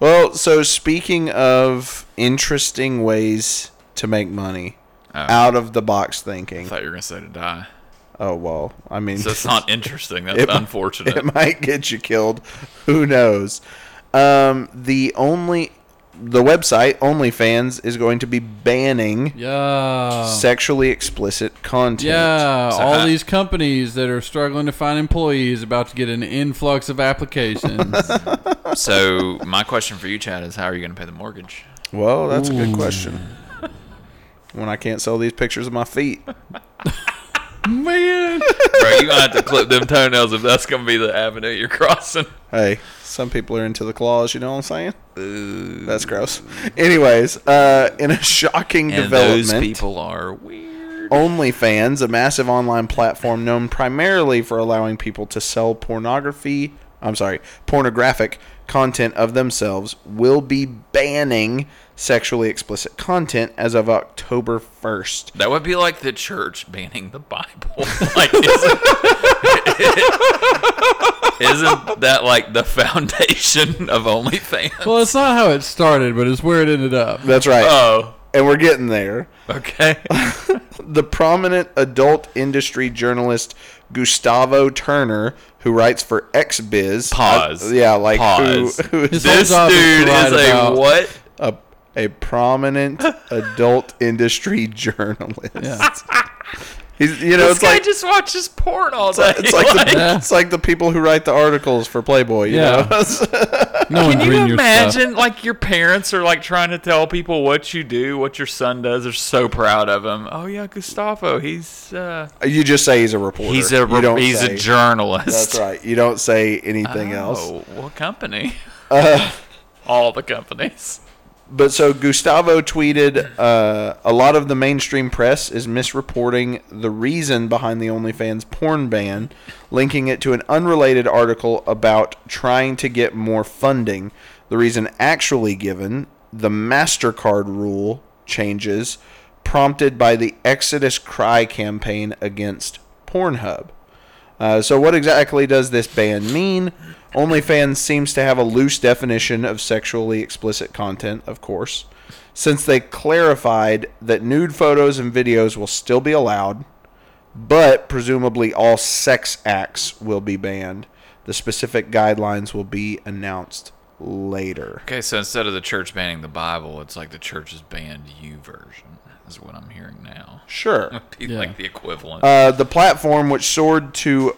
Well, so speaking of interesting ways to make money,
Oh.
out of the box
I
thinking.
thought you were gonna say to die.
Oh, well, I mean,
So it's not interesting. That's
It mi-
unfortunate.
it might get you killed. Who knows? Um, the only. The website OnlyFans is going to be banning
Yeah.
Oh.
sexually explicit content.
yeah,
So
all
I-
these companies that are struggling to find employees about to get an influx of applications.
so my question for you, Chad, is how are you gonna pay the mortgage?
Well, that's a good question. When I can't sell these pictures of my feet,
Man,
Bro, you gonna have to clip them toenails if that's gonna be the avenue you're crossing.
hey, some people are into the claws. You know what I'm saying? That's gross. Anyways, uh, in a shocking
And those
development,
people are weird.
OnlyFans, a massive online platform known primarily for allowing people to sell pornography, I'm sorry, pornographic content of themselves, will be banning sexually explicit content as of October 1st.
That would be like the church banning the Bible. Like, isn't, isn't that like the foundation of OnlyFans?
well, it's not how it started, but it's where it ended up.
That's right.
Oh,
and we're getting there.
okay.
the prominent adult industry journalist Gustavo Turner, who writes for XBiz.
Pause.
Uh, yeah, like who-
Pause.
who is
His whole
This
job is to
dude
write
is a
about-
what?
a, a prominent adult industry journalist.
Yeah.
He's, you know, it's
this guy
like,
just watches porn all day.
it's like the,
Yeah.
it's like the people who write the articles for Playboy. You
Yeah.
know?
No
Can
one's reading
you
your stuff.
imagine, like, your parents are like trying to tell people what you do, what your son does? They're so proud of him. Oh yeah, Gustavo, he's uh,
you just say he's a reporter.
he's a
You
re-
don't
he's
say-
a journalist.
That's right. You don't say anything else.
Oh, what company? Uh, All the companies.
But so Gustavo tweeted, uh, a lot of the mainstream press is misreporting the reason behind the OnlyFans porn ban, linking it to an unrelated article about trying to get more funding. The reason actually given, the MasterCard rule changes, prompted by the Exodus Cry campaign against Pornhub. Uh, so, what exactly does this ban mean? OnlyFans seems to have a loose definition of sexually explicit content, of course, since they clarified that nude photos and videos will still be allowed, but presumably all sex acts will be banned. The specific guidelines will be announced later.
Okay, so instead of the church banning the Bible, it's like the church has banned you version, is what I'm hearing now.
Sure.
Be Like the equivalent.
Uh, the platform, which soared to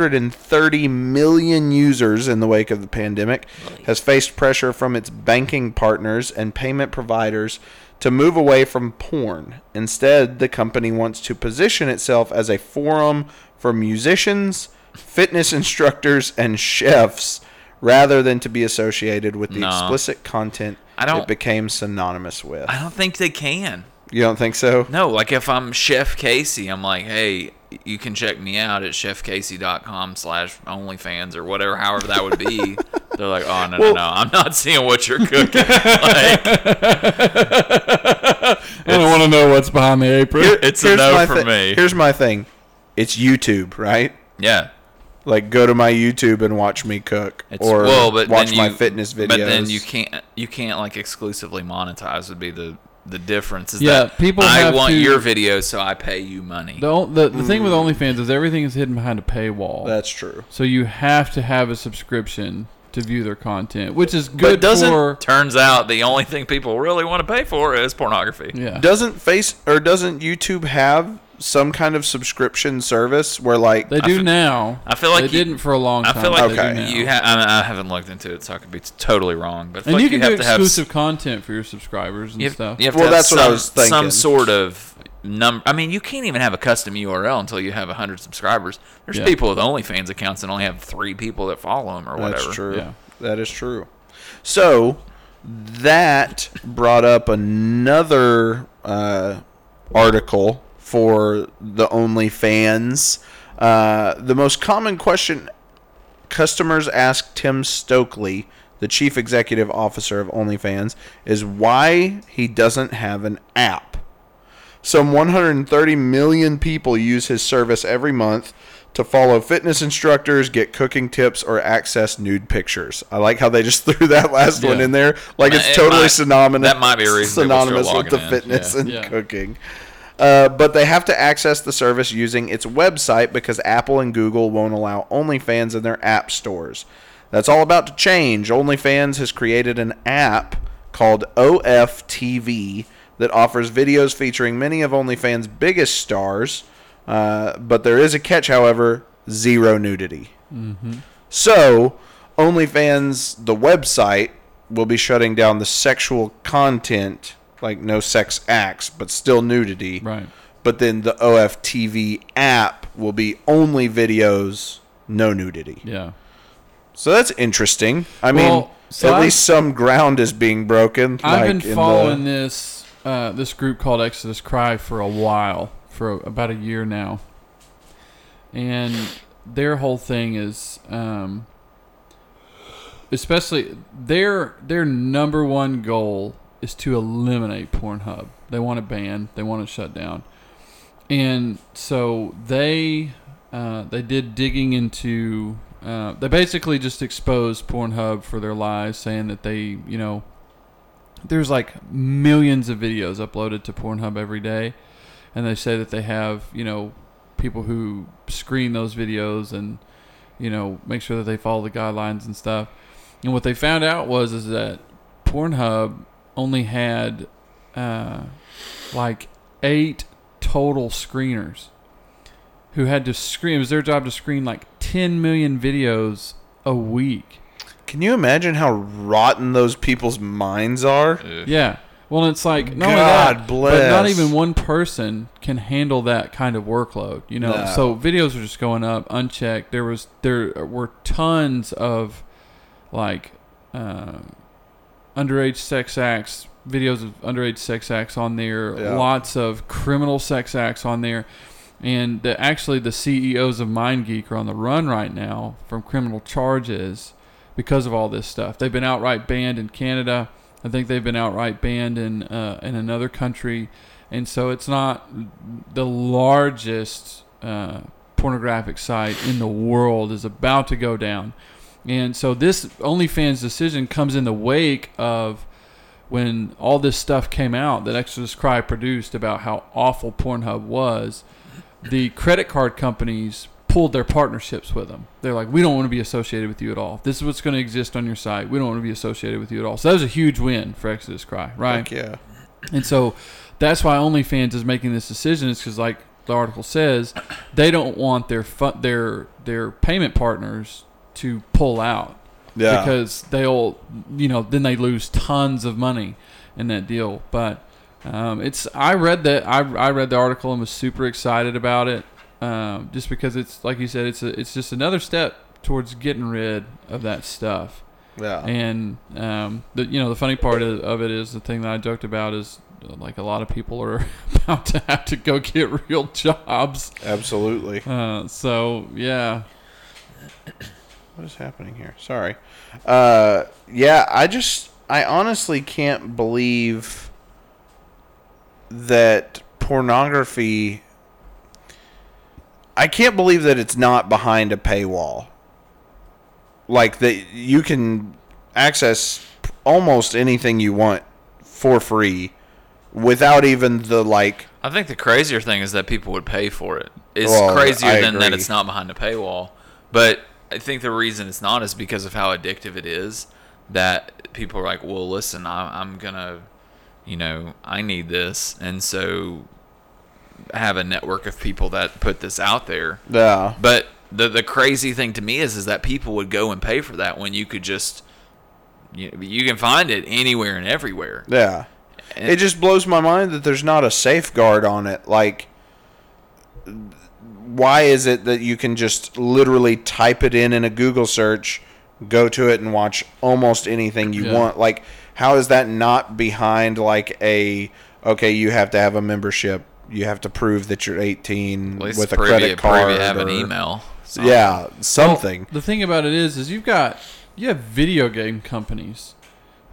130 million users in the wake of the pandemic, has faced pressure from its banking partners and payment providers to move away from porn. Instead, the company wants to position itself as a forum for musicians, fitness instructors, and chefs rather than to be associated with the
No.
explicit content
I don't-
it became synonymous with.
I don't think they can.
You don't think so?
No, like if I'm Chef Casey, I'm like, hey, you can check me out at chefcasey.com slash OnlyFans or whatever, however that would be. They're like, oh, no, no, no. I'm not seeing what you're cooking. like,
I don't want to know what's behind the apron.
it's a no
my
for
thi-
me.
Here's my thing. It's YouTube, right?
yeah.
Like go to my YouTube and watch me cook
It's,
or
well, but
watch
then
my
you-
fitness videos.
But then you can't you can't like exclusively monetize would be the the difference. Is
Yeah,
that
people
I
have
want
to-
your video, so I pay you money.
The, on- the, the thing
Hmm.
with OnlyFans is everything is hidden behind a paywall.
That's true.
so you have to have a subscription to view their content, which is
But
good
doesn't-
for
Turns out the only thing people really want to pay for is pornography.
yeah.
Doesn't face or doesn't YouTube have some kind of subscription service where like
They do now.
I feel like
they
you-
didn't for a long
I
time.
feel
but they
like
do
Okay.
now.
you ha- I, mean, I haven't looked into it, so I could be t- totally wrong. But I feel
and
like
you can
have
do
to have s-
exclusive content for your subscribers and
you have-
stuff.
you have to
Well,
have
that's what I
some-
was thinking.
Some sort of number. I mean, you can't even have a custom URL until you have hundred subscribers. There's
Yeah.
people with OnlyFans accounts that only have three people that follow them or whatever.
That's true.
Yeah.
That is true. So that brought up another uh, article for the OnlyFans. Uh, the most common question customers ask Tim Stokely, the chief executive officer of OnlyFans, is why he doesn't have an app. Some 130 million people use his service every month to follow fitness instructors, get cooking tips, or access nude pictures. I like how they just threw that last one
Yeah.
in there. Like
Uh,
it's
it
totally
might-
synonymous.
that might be a reason people start
synonymous with
logging
the
in.
fitness
Yeah.
and
Yeah.
cooking. Uh, but they have to access the service using its website because Apple and Google won't allow OnlyFans in their app stores. That's all about to change. OnlyFans has created an app called OFTV that offers videos featuring many of OnlyFans' biggest stars. Uh, but there is a catch, however zero nudity. So, OnlyFans, the website, will be shutting down the sexual content, like no sex acts, but still nudity.
Right.
But then the OFTV app will be only videos, no nudity.
Yeah.
So that's interesting. I mean,
Well, so
at
I've-
least some ground is being broken.
I've
like
been
in the-
following this uh, this group called Exodus Cry for a while, for about a year now, and their whole thing is, um, especially their their number one goal is to eliminate Pornhub. They want to ban. They want to shut down. And so they uh, they did digging into. Uh, they basically just exposed Pornhub for their lies, saying that they, you know, there's like millions of videos uploaded to Pornhub every day, and they say that they have you know people who screen those videos and you know make sure that they follow the guidelines and stuff. And what they found out was is that Pornhub only had uh, like eight total screeners who had to screen. It was their job to screen like 10 million videos a week.
Can you imagine how rotten those people's minds are?
Yeah. Well, it's like not only
God
that, but
bless.
not even one person can handle that kind of workload. You know,
No.
so videos are just going up unchecked. There was there were tons of like uh, underage sex acts videos of underage sex acts on there.
Yeah.
Lots of criminal sex acts on there. And the, actually, the CEOs of MindGeek are on the run right now from criminal charges because of all this stuff. They've been outright banned in Canada. I think they've been outright banned in uh, in another country, and so it's not the largest uh, pornographic site in the world is about to go down, and so this OnlyFans decision comes in the wake of when all this stuff came out that Exodus Cry produced about how awful Pornhub was. The credit card companies pulled their partnerships with them. They're like, we don't want to be associated with you at all. This is what's going to exist on your site. We don't want to be associated with you at all. So that was a huge win for Exodus Cry, right?
Heck yeah.
And so that's why OnlyFans is making this decision is because, like the article says, they don't want their fu- their their payment partners to pull out
Yeah.
because they'll you know then they lose tons of money in that deal. But um, it's I read that I I read the article and was super excited about it um, just because it's like you said it's a, it's just another step towards getting rid of that stuff.
yeah.
And um, the you know the funny part of, of it is the thing that I joked about is uh, like a lot of people are about to have to go get real jobs.
Absolutely.
Uh, so yeah,
What is happening here? Sorry. Uh, yeah, I just, I honestly can't believe that pornography. I can't believe that it's not behind a paywall. Like that, you can access almost anything you want for free, without even the like.
I think the crazier thing is that people would pay for it. It's
Well,
crazier
I
than that
agree.
it's not behind a paywall. But I think the reason it's not is because of how addictive it is. That people are like, well, listen, I, I'm gonna, you know, I need this, and so I have a network of people that put this out there.
Yeah.
But the the crazy thing to me is is that people would go and pay for that when you could just you, you can find it anywhere and everywhere.
Yeah.
And-
it just blows my mind that there's not a safeguard on it. Like, why is it that you can just literally type it in in a Google search, go to it and watch almost anything you
Yeah.
want. Like, how is that not behind like a okay? You have to have a membership. You have to prove that you're 18
At least
with a
prove you-
credit
prove
card.
you have an
or-
email. So-
Yeah, something.
Oh, The thing about it is, is you've got you have video game companies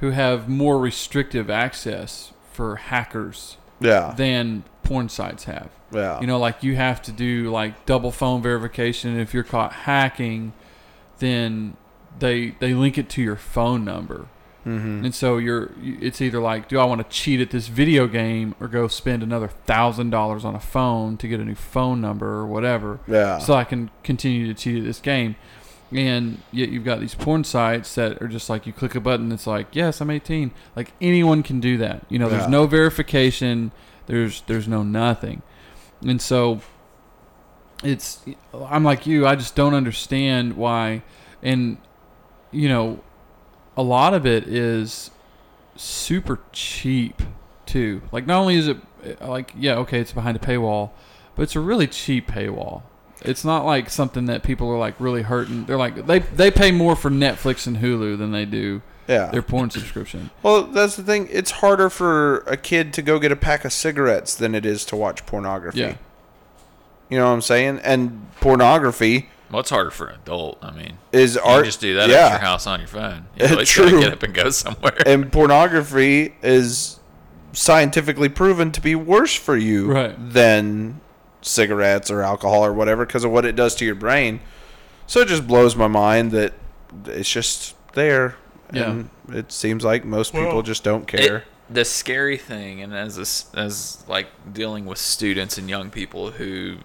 who have more restrictive access for hackers
yeah,
than porn sites have.
yeah,
You know, like you have to do like double phone verification. and If you're caught hacking, then they they link it to your phone number. Mm-hmm. And so you're you- it's either like, do I want to cheat at this video game or go spend another thousand dollars on a phone to get a new phone number or whatever?
yeah,
so I can continue to cheat at this game. And yet you've got these porn sites that are just like you click a button, it's like, yes, I'm 18. Like anyone can do that. You know, there's
Yeah.
no verification. There's there's no nothing. And so it's I'm like you. I just don't understand why. And you know, a lot of it is super cheap too. Like not only is it like yeah, okay, it's behind a paywall, but it's a really cheap paywall. It's not like something that people are like really hurting. They're like they they pay more for Netflix and Hulu than they do
yeah.
their porn subscription.
Well, that's the thing. It's harder for a kid to go get a pack of cigarettes than it is to watch pornography.
Yeah.
You know what I'm saying? And pornography
Well, it's harder for an adult. I mean,
is
you
art.
just do that
Yeah.
at your house on your phone. You at least
True.
gotta get up and go somewhere.
And pornography is scientifically proven to be worse for you
Right.
than cigarettes or alcohol or whatever because of what it does to your brain. So it just blows my mind that it's just there.
Yeah.
And it seems like most people just don't care.
It- the scary thing, and as a s as like dealing with students and young people who,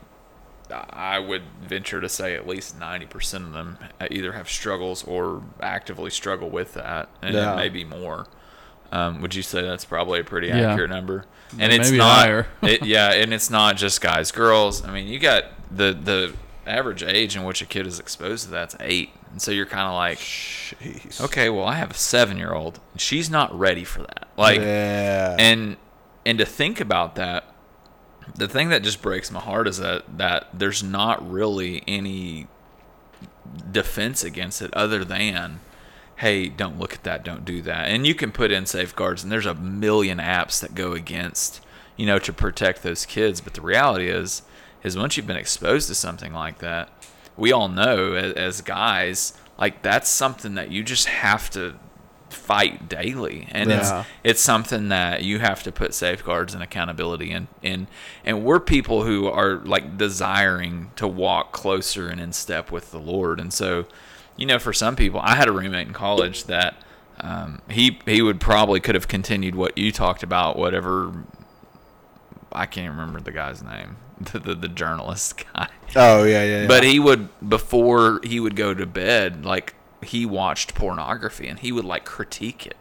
I would venture to say at least ninety percent of them either have struggles or actively struggle with that, and
Yeah.
maybe more. Um, would you say that's probably a pretty
Yeah.
accurate number? And it's
Maybe
not,
higher.
it, yeah, and it's not just guys, girls. I mean, you got the the average age in which a kid is exposed to that's eight, and so you're kind of like,
Jeez.
okay, well, I have a seven year old. She's not ready for that. Like,
yeah.
and and to think about that, the thing that just breaks my heart is that that there's not really any defense against it other than hey don't look at that don't do that and you can put in safeguards and there's a million apps that go against you know to protect those kids but the reality is is once you've been exposed to something like that we all know as, as guys like that's something that you just have to fight daily and
Yeah.
it's it's something that you have to put safeguards and accountability in and and we're people who are like desiring to walk closer and in step with the lord and so you know for some people i had a roommate in college that um, he he would probably could have continued what you talked about whatever i can't remember the guy's name the, the, the journalist guy
oh, yeah, yeah. yeah.
but he would before he would go to bed, like he watched pornography and he would like critique it.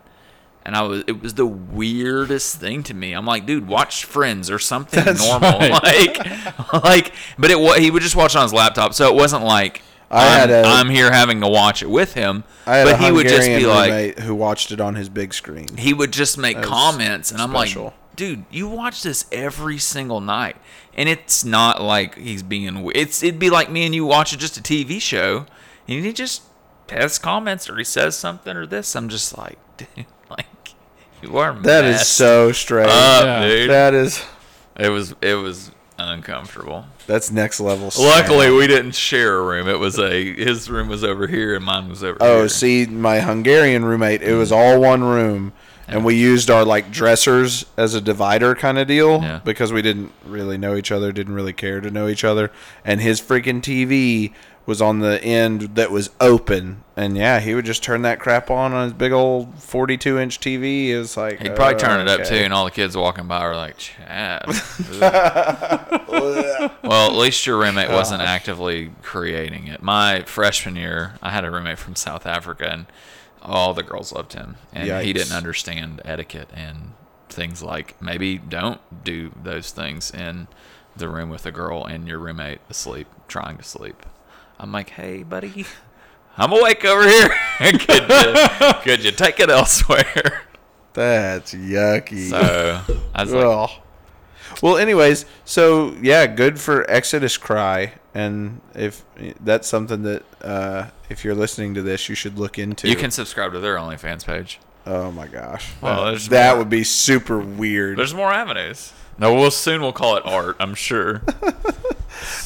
And I was it was the weirdest thing to me. I'm like, dude, watch Friends or something normal.
right.
Like like but it wa- he would just watch it on his laptop. So it wasn't like
I
I am
had a-
I'm here having to watch it with him.
I had
but
a
he would just be
Hungarian
like
roommate who watched it on his big screen.
he would just make
was
comments and i'm
special.
like dude you watch this every single night and it's not like he's being w- it's it'd be like me and you watching just a tv show and he just has comments or he says something or this i'm just like dude like you are
That is
messed
so strange.
up,
Yeah.
dude
that is
it was it was uncomfortable
that's next level.
luckily we didn't share a room it was a his room was over here and mine was over
Oh,
here
see, my Hungarian roommate, it was all one room, and we used our like dressers as a divider kind of deal
Yeah.
because we didn't really know each other, didn't really care to know each other, and his freaking TV was on the end that was open, and yeah, he would just turn that crap on on his big old forty-two inch TV. It was like
He'd probably
oh,
turn it up too,
okay.
and all the kids walking by were like, "Chad." well, at least your roommate wasn't actively creating it. My freshman year, I had a roommate from South Africa, and all the girls loved him, and he
Yikes.
didn't understand etiquette and things like maybe don't do those things in the room with a girl and your roommate asleep, trying to sleep. I'm like, "Hey, buddy." I'm awake over here. could, you, could you take it elsewhere?
That's yucky.
So I was like,
Well, well. Anyways, so yeah, good for Exodus Cry And if that's something that uh, if you're listening to this, you should look into.
You can subscribe to their OnlyFans page.
Oh my gosh.
Well,
that,
there's
that
more.
would be super weird.
There's more avenues. No, we'll soon we'll call it art. I'm sure.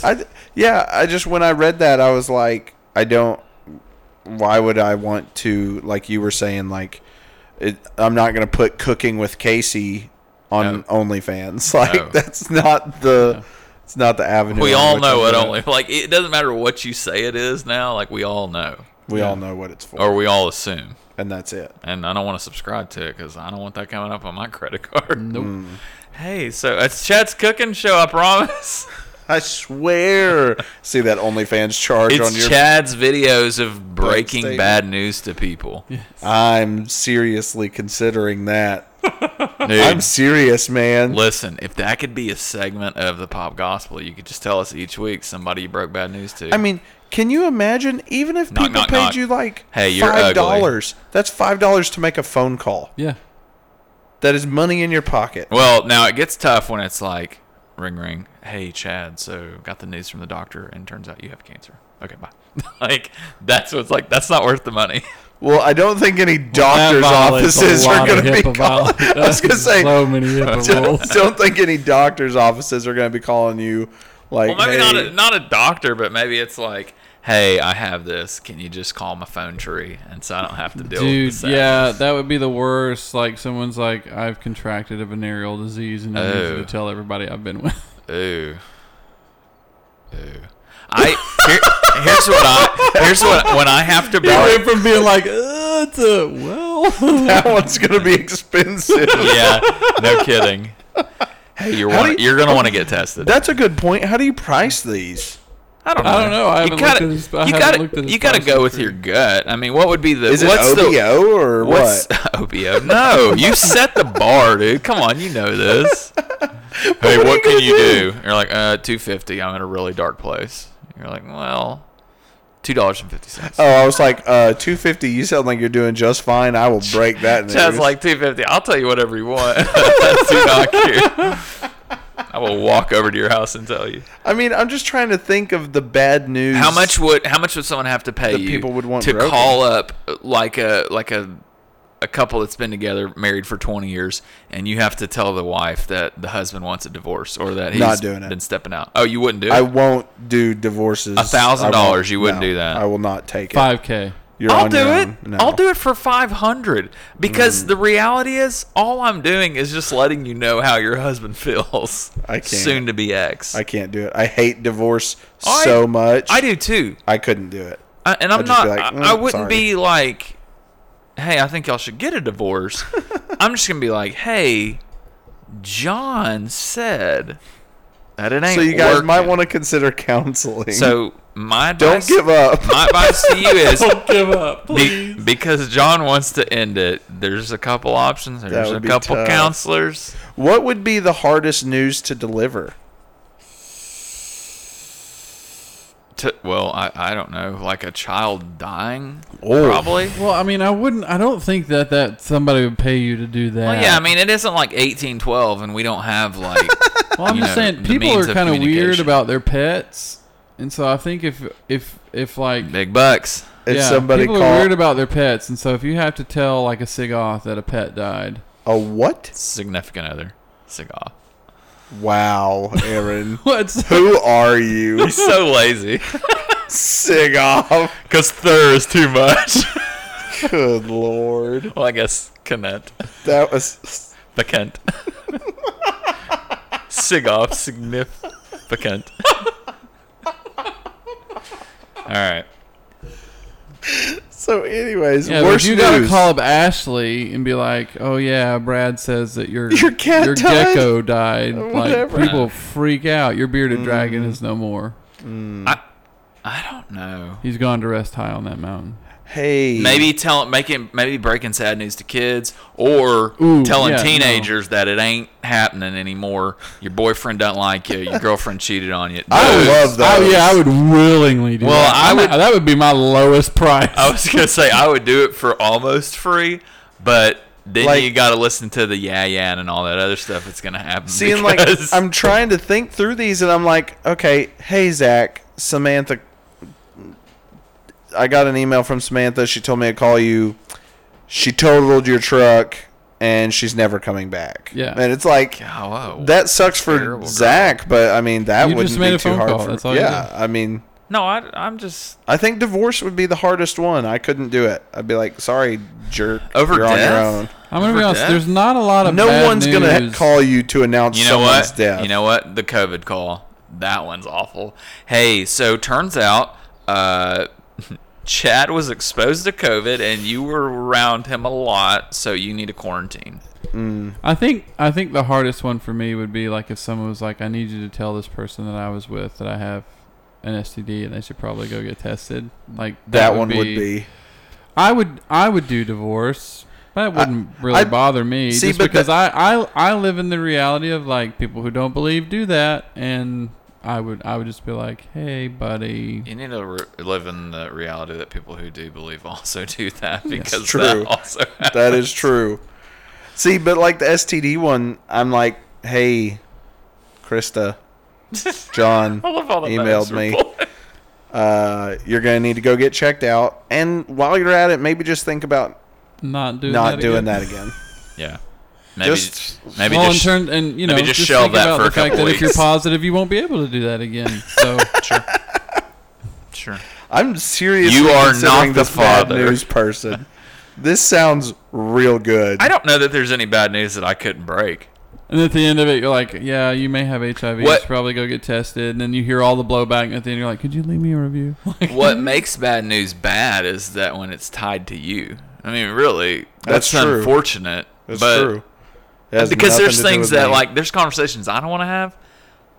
I yeah, I just when I read that I was like, I don't. Why would I want to? Like you were saying, like it, I'm not gonna put cooking with Casey on
No.
OnlyFans. Like
No.
that's not the. It's not the avenue.
we
on
all
which
know
I'm
what
gonna-
only like. It doesn't matter what you say it is now. Like we all know,
We all know what it's for,
or we all assume.
and that's it.
And I don't want to subscribe to it because I don't want that coming up on my credit card.
Nope.
Hey, so it's Chad's cooking show. I promise.
I swear. See that OnlyFans charge on
It's
your.
Chad's videos of breaking
statement.
bad news to people.
I'm seriously considering that.
Dude,
I'm serious, man.
listen, if that could be a segment of the pop gospel, you could just tell us each week somebody you broke bad news to.
I mean, can you imagine? Even if
Knock,
people
knock,
paid
knock.
you like
Hey, you're
five
ugly.
dollars, that's five dollars to make a phone call.
Yeah.
That is money in your pocket.
Well, now it gets tough when it's like ring ring. Hey Chad, so got the news from the doctor and turns out you have cancer. Okay, bye. like that's what's like that's not worth the money.
Well, I don't think any
That
doctors'
violates a
offices are
lot of
going to be
HIPAA
calling.
viola-
I was going to say,
so many HIPAA
don't,
rules.
don't think any doctors' offices are going to be calling you. Like,
Well, maybe
hey,
not a, not a doctor, but maybe it's like, hey, I have this. Can you just call my phone tree and so I don't have to deal
Dude,
with this?
yeah, that would be the worst. Like someone's like, I've contracted a venereal disease, and I need you
Oh.
to tell everybody I've been with.
Ooh. Ooh. I here, here's what I here's what when I have to borrow
went from being like, uh, to well,
that one's going to be expensive.
yeah, no kidding. Hey, you're
How do
want,
you-
you, are gonna want to get tested.
That's a good point. How do you price these?
I don't know.
I don't know. I
you
haven't looked
gotta,
at his- I
you
haven't
gotta,
looked at his
you gotta go
price
with your gut. I mean, what would be the
Is it
what's the
OBO or
what's
what?
OBO? No, you set the bar, dude. Come on, you know this. hey,
what are
what,
you
can
gonna
you
do?
do? You're like, uh, two fifty. I'm in a really dark place. You're like, well, two dollars and fifty cents.
Oh, I was like, uh, two fifty. You sound like you're doing just fine. I will break that. news.
Chad's like two fifty. I'll tell you whatever you want. do not care. I will walk over to your house and tell you.
I mean, I'm just trying to think of the bad news.
How much would how much would someone have to pay
That
you
people would want
to
broken.
call up uh, like a like a a couple that's been together married for 20 years and you have to tell the wife that the husband wants a divorce or that he's
Not doing it.
been stepping out. Oh, you wouldn't do it?
I won't do divorces.
A thousand
I won't-
dollars, you wouldn't
no,
do that.
I will not take it.
five k.
You're
I'll
on
do
your
it.
own. No. Mm.
I'll do it for 500 because the reality is all I'm doing is just letting you know how your husband feels.
I can't.
Soon to be ex.
I can't do it. I hate divorce
I-
so much.
I do too.
I couldn't do it.
I, and I'm
I'd just be
not.
like,
I, I
"Mm,
wouldn't
sorry."
be like, "Hey, I think y'all should get a divorce." I'm just gonna be like, "Hey, John said that it ain't."
So you guys
working."
might want to consider counseling.
So my
don't
advice,
give up.
My advice to you is
Give up,
be, because John wants to end it. There's a couple options. There's
would
a
be
couple
tough.
counselors.
What would be the hardest news to deliver?
To, well, I, I don't know, like a child dying,
Oh.
probably.
Well, I mean, I wouldn't. I don't think that that somebody would pay you to do that.
Well, yeah, I mean, it isn't like 1812, and we don't have like.
Well, I'm
you
just
know,
saying
the
people are
means of
kind of weird
communication.
about their pets, and so I think if if if like
big bucks.
If
yeah,
somebody
people
called
are weird about their pets, and so if you have to tell like a sig off that a pet died,
a what?
significant other cigar.
Wow, Aaron.
what's
Who are you?
He's so lazy
Sig off.
because thir is too much.
Good lord.
well, I guess Kent,
That was
the Kent, sig off significant. All right.
so. Anyways,
Yeah, but
worst
if you
news.
gotta call up Ashley and be like, "Oh yeah, Brad says that your
Your cat died."
gecko died." Like
whatever. Mm-hmm.
people freak out. Your bearded dragon is no more.
I I don't know.
He's gone to rest high on that mountain.
hey,
Maybe tell making maybe breaking sad news to kids or
Ooh,
telling
yeah, no.
teenagers that it ain't happening anymore. Your boyfriend doesn't like you. Your girlfriend cheated on you.
I
Dude,
love that.
Oh yeah, I would willingly do
Well,
that.
I
I'm
would-
not- that would be my lowest price.
Oh,
I was gonna say I would do it for almost free, but then
Like-
you gotta listen to the yeah yeah and all that other stuff that's gonna happen.
seeing
because-
like I'm trying to think through these, and I'm like, okay, hey Zach, Samantha. I got an email from Samantha. She told me to call you. She totaled your truck, and she's never coming back.
Yeah.
and it's like
Yeah, whoa.
that sucks
Terrible
for
girl.
Zach, but I mean that
You
wouldn't
just made
be
a
too
phone
hard
call,
for.
that's all you
yeah, I mean,
no, I, I'm just
I think divorce would be the hardest one. I couldn't do it. I'd be like, sorry, jerk,
Over
you're on
death?
your own.
I'm gonna
For
be honest.
death?
There's not a lot of
No
bad
one's gonna
news.
call you to announce
You know
someone's
what?
death.
You know what? The COVID call. That one's awful. Hey, so turns out uh, Chad was exposed to COVID, and you were around him a lot, so you need a quarantine.
I think I think the hardest one for me would be like if someone was like, "I need you to tell this person that I was with that I have an STD and they should probably go get tested." Like
that, one would be.
I would I would do divorce. That wouldn't really
I-
bother me
See,
just
but
because
the-
I, I I live in the reality of like people who don't believe do that and I would I would just be like, "Hey, buddy."
You need to re- live in the reality that people who do believe also do that because
true.
that also
That is true. See, but like the STD one, I'm like, hey, Krista, John,
I love how that
emailed me.
miserable.
uh, you're gonna need to go get checked out. And while you're at it, maybe just think about
Not doing
not
that
doing
again.
that again.
Yeah. Maybe
Just-
maybe
well,
just
in turn, and you know,
maybe
just,
just shelve
think
that
about
for a
the fact
couple
that if you're
weeks.
positive, you won't be able to do that again. So
sure.
I'm seriously.
You are
considering
not the
this bad
father.
news person. This sounds real good.
I don't know that there's any bad news that I couldn't break.
And at the end of it, you're like, yeah, you may have HIV. You
What-
should probably go get tested. And then you hear all the blowback. And at the end, you're like, could you leave me a review? Like,
what makes bad news bad is that when it's tied to you. I mean, really,
That's
that's,
true.
unfortunate.
That's
but
true. It has
Because
nothing
there's
to do
things
with
that
me.
like there's conversations I don't want to have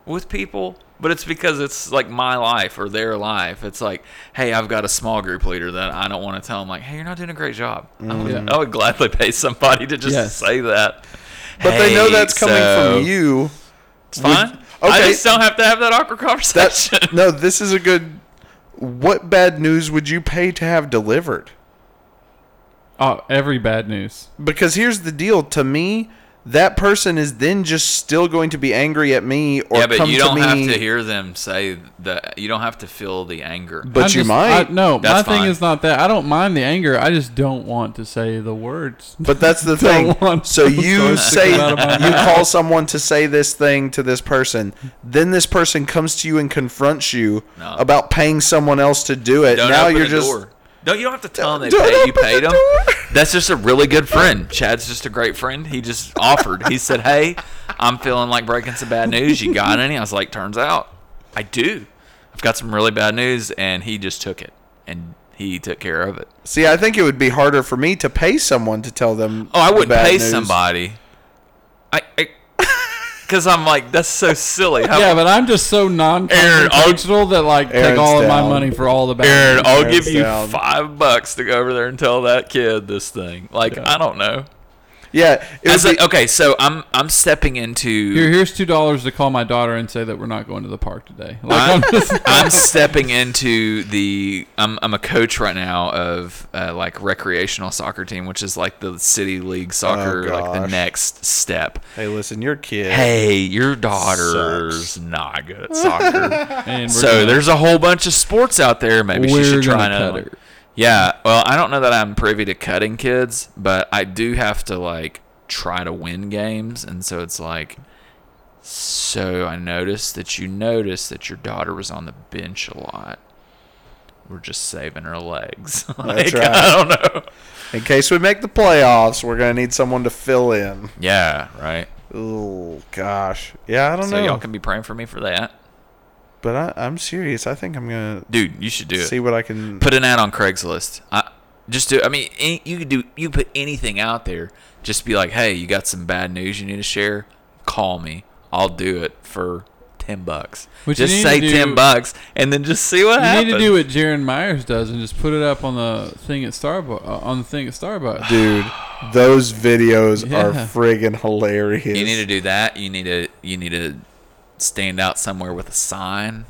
with people, but it's because it's like my life or their life. It's like, hey, I've got a small group leader that I don't want to tell. them like, hey, you're not doing a great job. I, would,
Mm.
Yeah.
I would gladly pay somebody to just
Yes.
say that.
But they know
Hey,
that's coming
so-
from you.
It's fine. I
okay.
just don't have to have that awkward
That's
conversation.
no. This is a good. What bad news would you pay to have delivered?
oh, every bad news.
Because here's the deal. To me, that person is then just still going to be angry at me or
yeah, but
come
you
to
don't
me.
have to hear them say that. You don't have to feel the anger.
But you
just-
might.
I, no,
That's
my thing
fine.
is not that. I don't mind the anger. I just don't want to say the words.
But that's the
Don't
thing.
want
So
those
you
words to
say you
come out of my
call someone to say this thing to this person, then this person comes to you and confronts you
No.
about paying someone else to do it.
Don't
now
open
you're
the
just
door. Don't you don't have to tell them they
Don't
pay, you
open
paid
the
them. That's just a really good friend. Chad's just a great friend. He just offered. He said, "Hey, I'm feeling like breaking some bad news. You got any?" I was like, "Turns out, I do. I've got some really bad news," and he just took it and he took care of it.
See, I think it would be harder for me to pay someone to tell them.
Oh, I
the
wouldn't
bad
pay
news.
somebody. I. I Cause I'm like that's so silly. How-
yeah, but I'm just so non-confrontational that like
Aaron's
take all of my
down.
money for all the bad.
Aaron,
news.
I'll
Hands
give you
down.
five bucks to go over there and tell that kid this thing. Like I don't know.
Yeah, it would
As
be-
a- okay, so I'm I'm stepping into
Here, here's two dollars to call my daughter and say that we're not going to the park today. Like,
I'm,
I'm just,
I'm stepping into the I'm I'm a coach right now of uh, like recreational soccer team, which is like the city league soccer, like the
Oh, gosh.
next step.
hey, listen, your kid.
Hey, your daughter's not good at soccer,
and we're
so
gonna-
there's a whole bunch of sports out there. Maybe she
We're
should try
gonna
and
cut her.
yeah. Well, I don't know that I'm privy to cutting kids, but I do have to like try to win games, and so it's like. So I noticed that you noticed that your daughter was on the bench a lot. We're just saving her legs. like,
right.
I don't know.
In case we make the playoffs, we're gonna need someone to fill in.
Yeah, right.
Oh gosh, yeah, I don't
So
know,
y'all can be praying for me for that.
but I, I'm serious. I think I'm gonna
Dude, you should do it.
see what I can.
put an ad on Craigslist. I just do. I mean, any, you could do. You put anything out there. Just be like, hey, you got some bad news you need to share? Call me. I'll do it for ten bucks.
What you
just
need
say
to do-
ten bucks, and then just see what
You
happens.
need to do what Jaron Myers does and just put it up on the thing at Starbucks. Uh, on the thing at Starbucks.
Dude, those videos are
Yeah.
friggin' hilarious.
You need to do that. You need to. You need to stand out somewhere with a sign.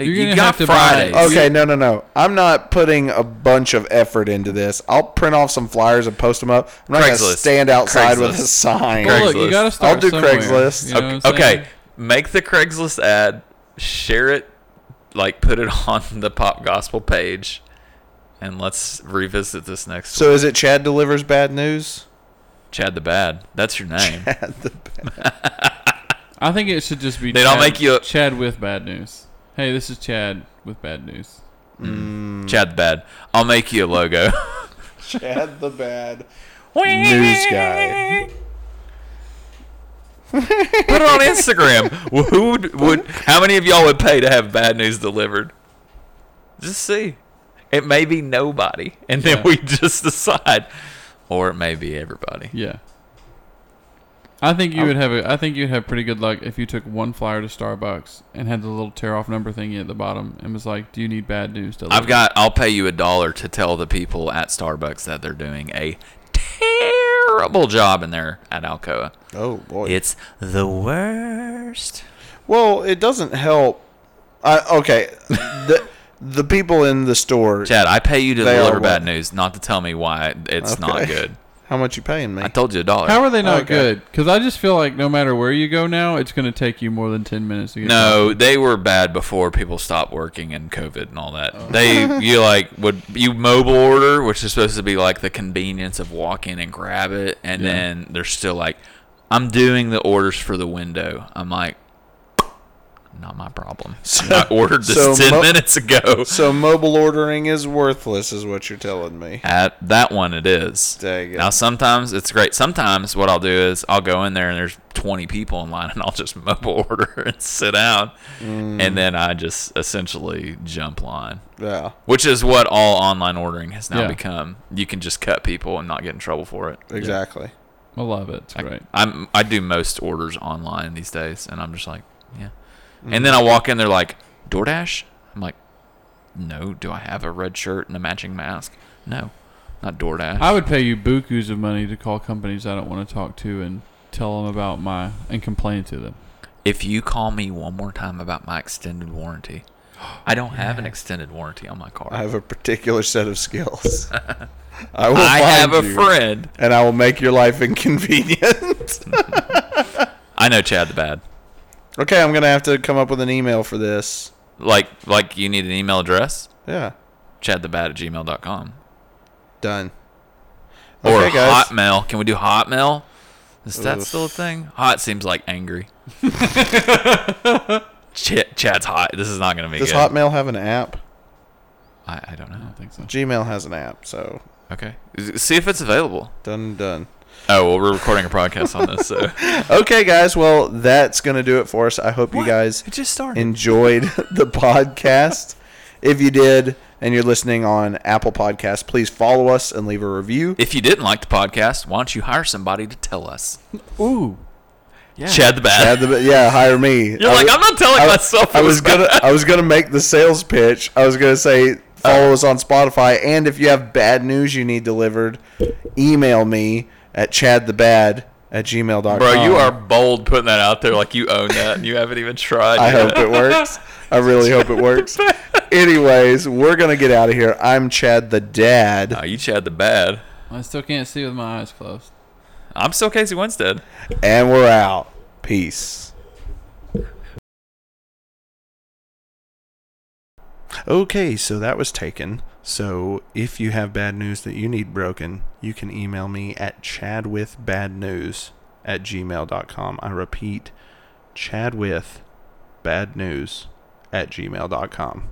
You're
you
gonna
got
have to buy-
Fridays.
Okay, no, no, no. I'm not putting a bunch of effort into this. I'll print off some flyers and post them up. I'm not gonna
Craigslist.
stand outside with a
Craigslist.
sign.
Well, look, you
Craigslist.
gotta start
I'll do
somewhere,
Craigslist.
you know what I'm
okay,
saying?
make the Craigslist ad, share it like put it on the pop gospel page, and let's revisit this next.
So is it Chad delivers bad news?
Chad the Bad. That's your name.
Chad the bad.
I think it should just be.
They
Chad,
don't make you-
Chad with bad news. Hey, this is Chad with bad news.
Chad the Bad. I'll make you a logo.
Chad the bad news guy.
Put it on Instagram. Who would, would? How many of y'all would pay to have bad news delivered? Just see. It may be nobody, and then
Yeah.
we just decide, or it may be everybody.
Yeah. I think you would have a, I think you'd have pretty good luck if you took one flyer to Starbucks and had the little tear off number thingy at the bottom and was like, "Do you need bad news?"
I've
delivered?"
got. I'll pay you a dollar to tell the people at Starbucks that they're doing a terrible job in there at Alcoa.
Oh boy.
It's the worst.
Well, it doesn't help. I okay. the the people in the store.
Chad, I pay you to
They are
deliver
what?
bad news, not to tell me why it's not
Okay.
good.
How much you paying me?
I told you a dollar.
How are they not
Okay.
good? Because I just feel like no matter where you go now, it's going to take you more than ten minutes to get.
No, they were bad before people stopped working and COVID and all that. They you like would you mobile order, which is supposed to be like the convenience of walking and grab it, and
Yeah.
then they're still like, I'm doing the orders for the window. I'm like, not my problem. I ordered this
so
ten
mo-
minutes ago.
so mobile ordering is worthless, is what you're telling me.
At that one, it is.
Dang it.
Now sometimes it's great. Sometimes what I'll do is I'll go in there and there's 20 people in line and I'll just mobile order and sit down,
Mm.
and then I just essentially jump line,
Yeah,
which is what all online ordering has now
Yeah.
become. You can just cut people and not get in trouble for it.
exactly.
I love it. It's great.
I'm I do most orders online these days, and I'm just like, yeah.
Mm.
And then I walk in, they're like, DoorDash. I'm like, no. Do I have a red shirt and a matching mask? No, not DoorDash.
I would pay you bukus of money to call companies I don't want to talk to and tell them about my and complain to them.
if you call me one more time about my extended warranty, I don't have an extended warranty on my car.
I
I,
have a particular set of skills. I will
have
find
a
you,
friend.
and I will make your life inconvenient.
I know Chad the Bad.
okay, I'm gonna have to come up with an email for this.
Like like you need an email address?
Yeah,
Chad the Bad at gmail.com.
done.
Or
Okay, guys.
Hotmail. Can we do Hotmail? Is that
Oof.
still a thing? Hot seems like angry. Ch- Chad's hot. This is not going to be
Does
good.
Hotmail have an app?
I, I don't
I
know.
don't think so.
Gmail has an app, so
Okay. See if it's available.
done, done.
Oh, well, we're recording a podcast on this, so.
Okay, guys. Well, that's gonna do it for us. I hope you guys
It just started.
enjoyed the podcast. If you did and you're listening on Apple Podcasts, please follow us and leave a review.
If you didn't like the podcast, why don't you hire somebody to tell us?
Ooh,
Chad the Bad.
Add the- yeah, hire me.
You're
I
like,
was-
I'm not telling myself.
I was gonna I was gonna make the sales pitch. I was gonna say follow us on Spotify and if you have bad news you need delivered, email me at chadthebad at gmail.com.
Bro, you are bold putting that out there like you own that and you haven't even tried.
I
yet.
hope it works. I really hope it works. Anyways, we're gonna get out of here. I'm Chad the Dad.
Oh, you Chad the Bad.
I still can't see with my eyes closed.
I'm still Casey Winstead.
And we're out. Peace. Okay, so that was taken. So if you have bad news that you need broken, you can email me at chadwithbadnews at gmail.com. I repeat, chadwithbadnews at gmail.com.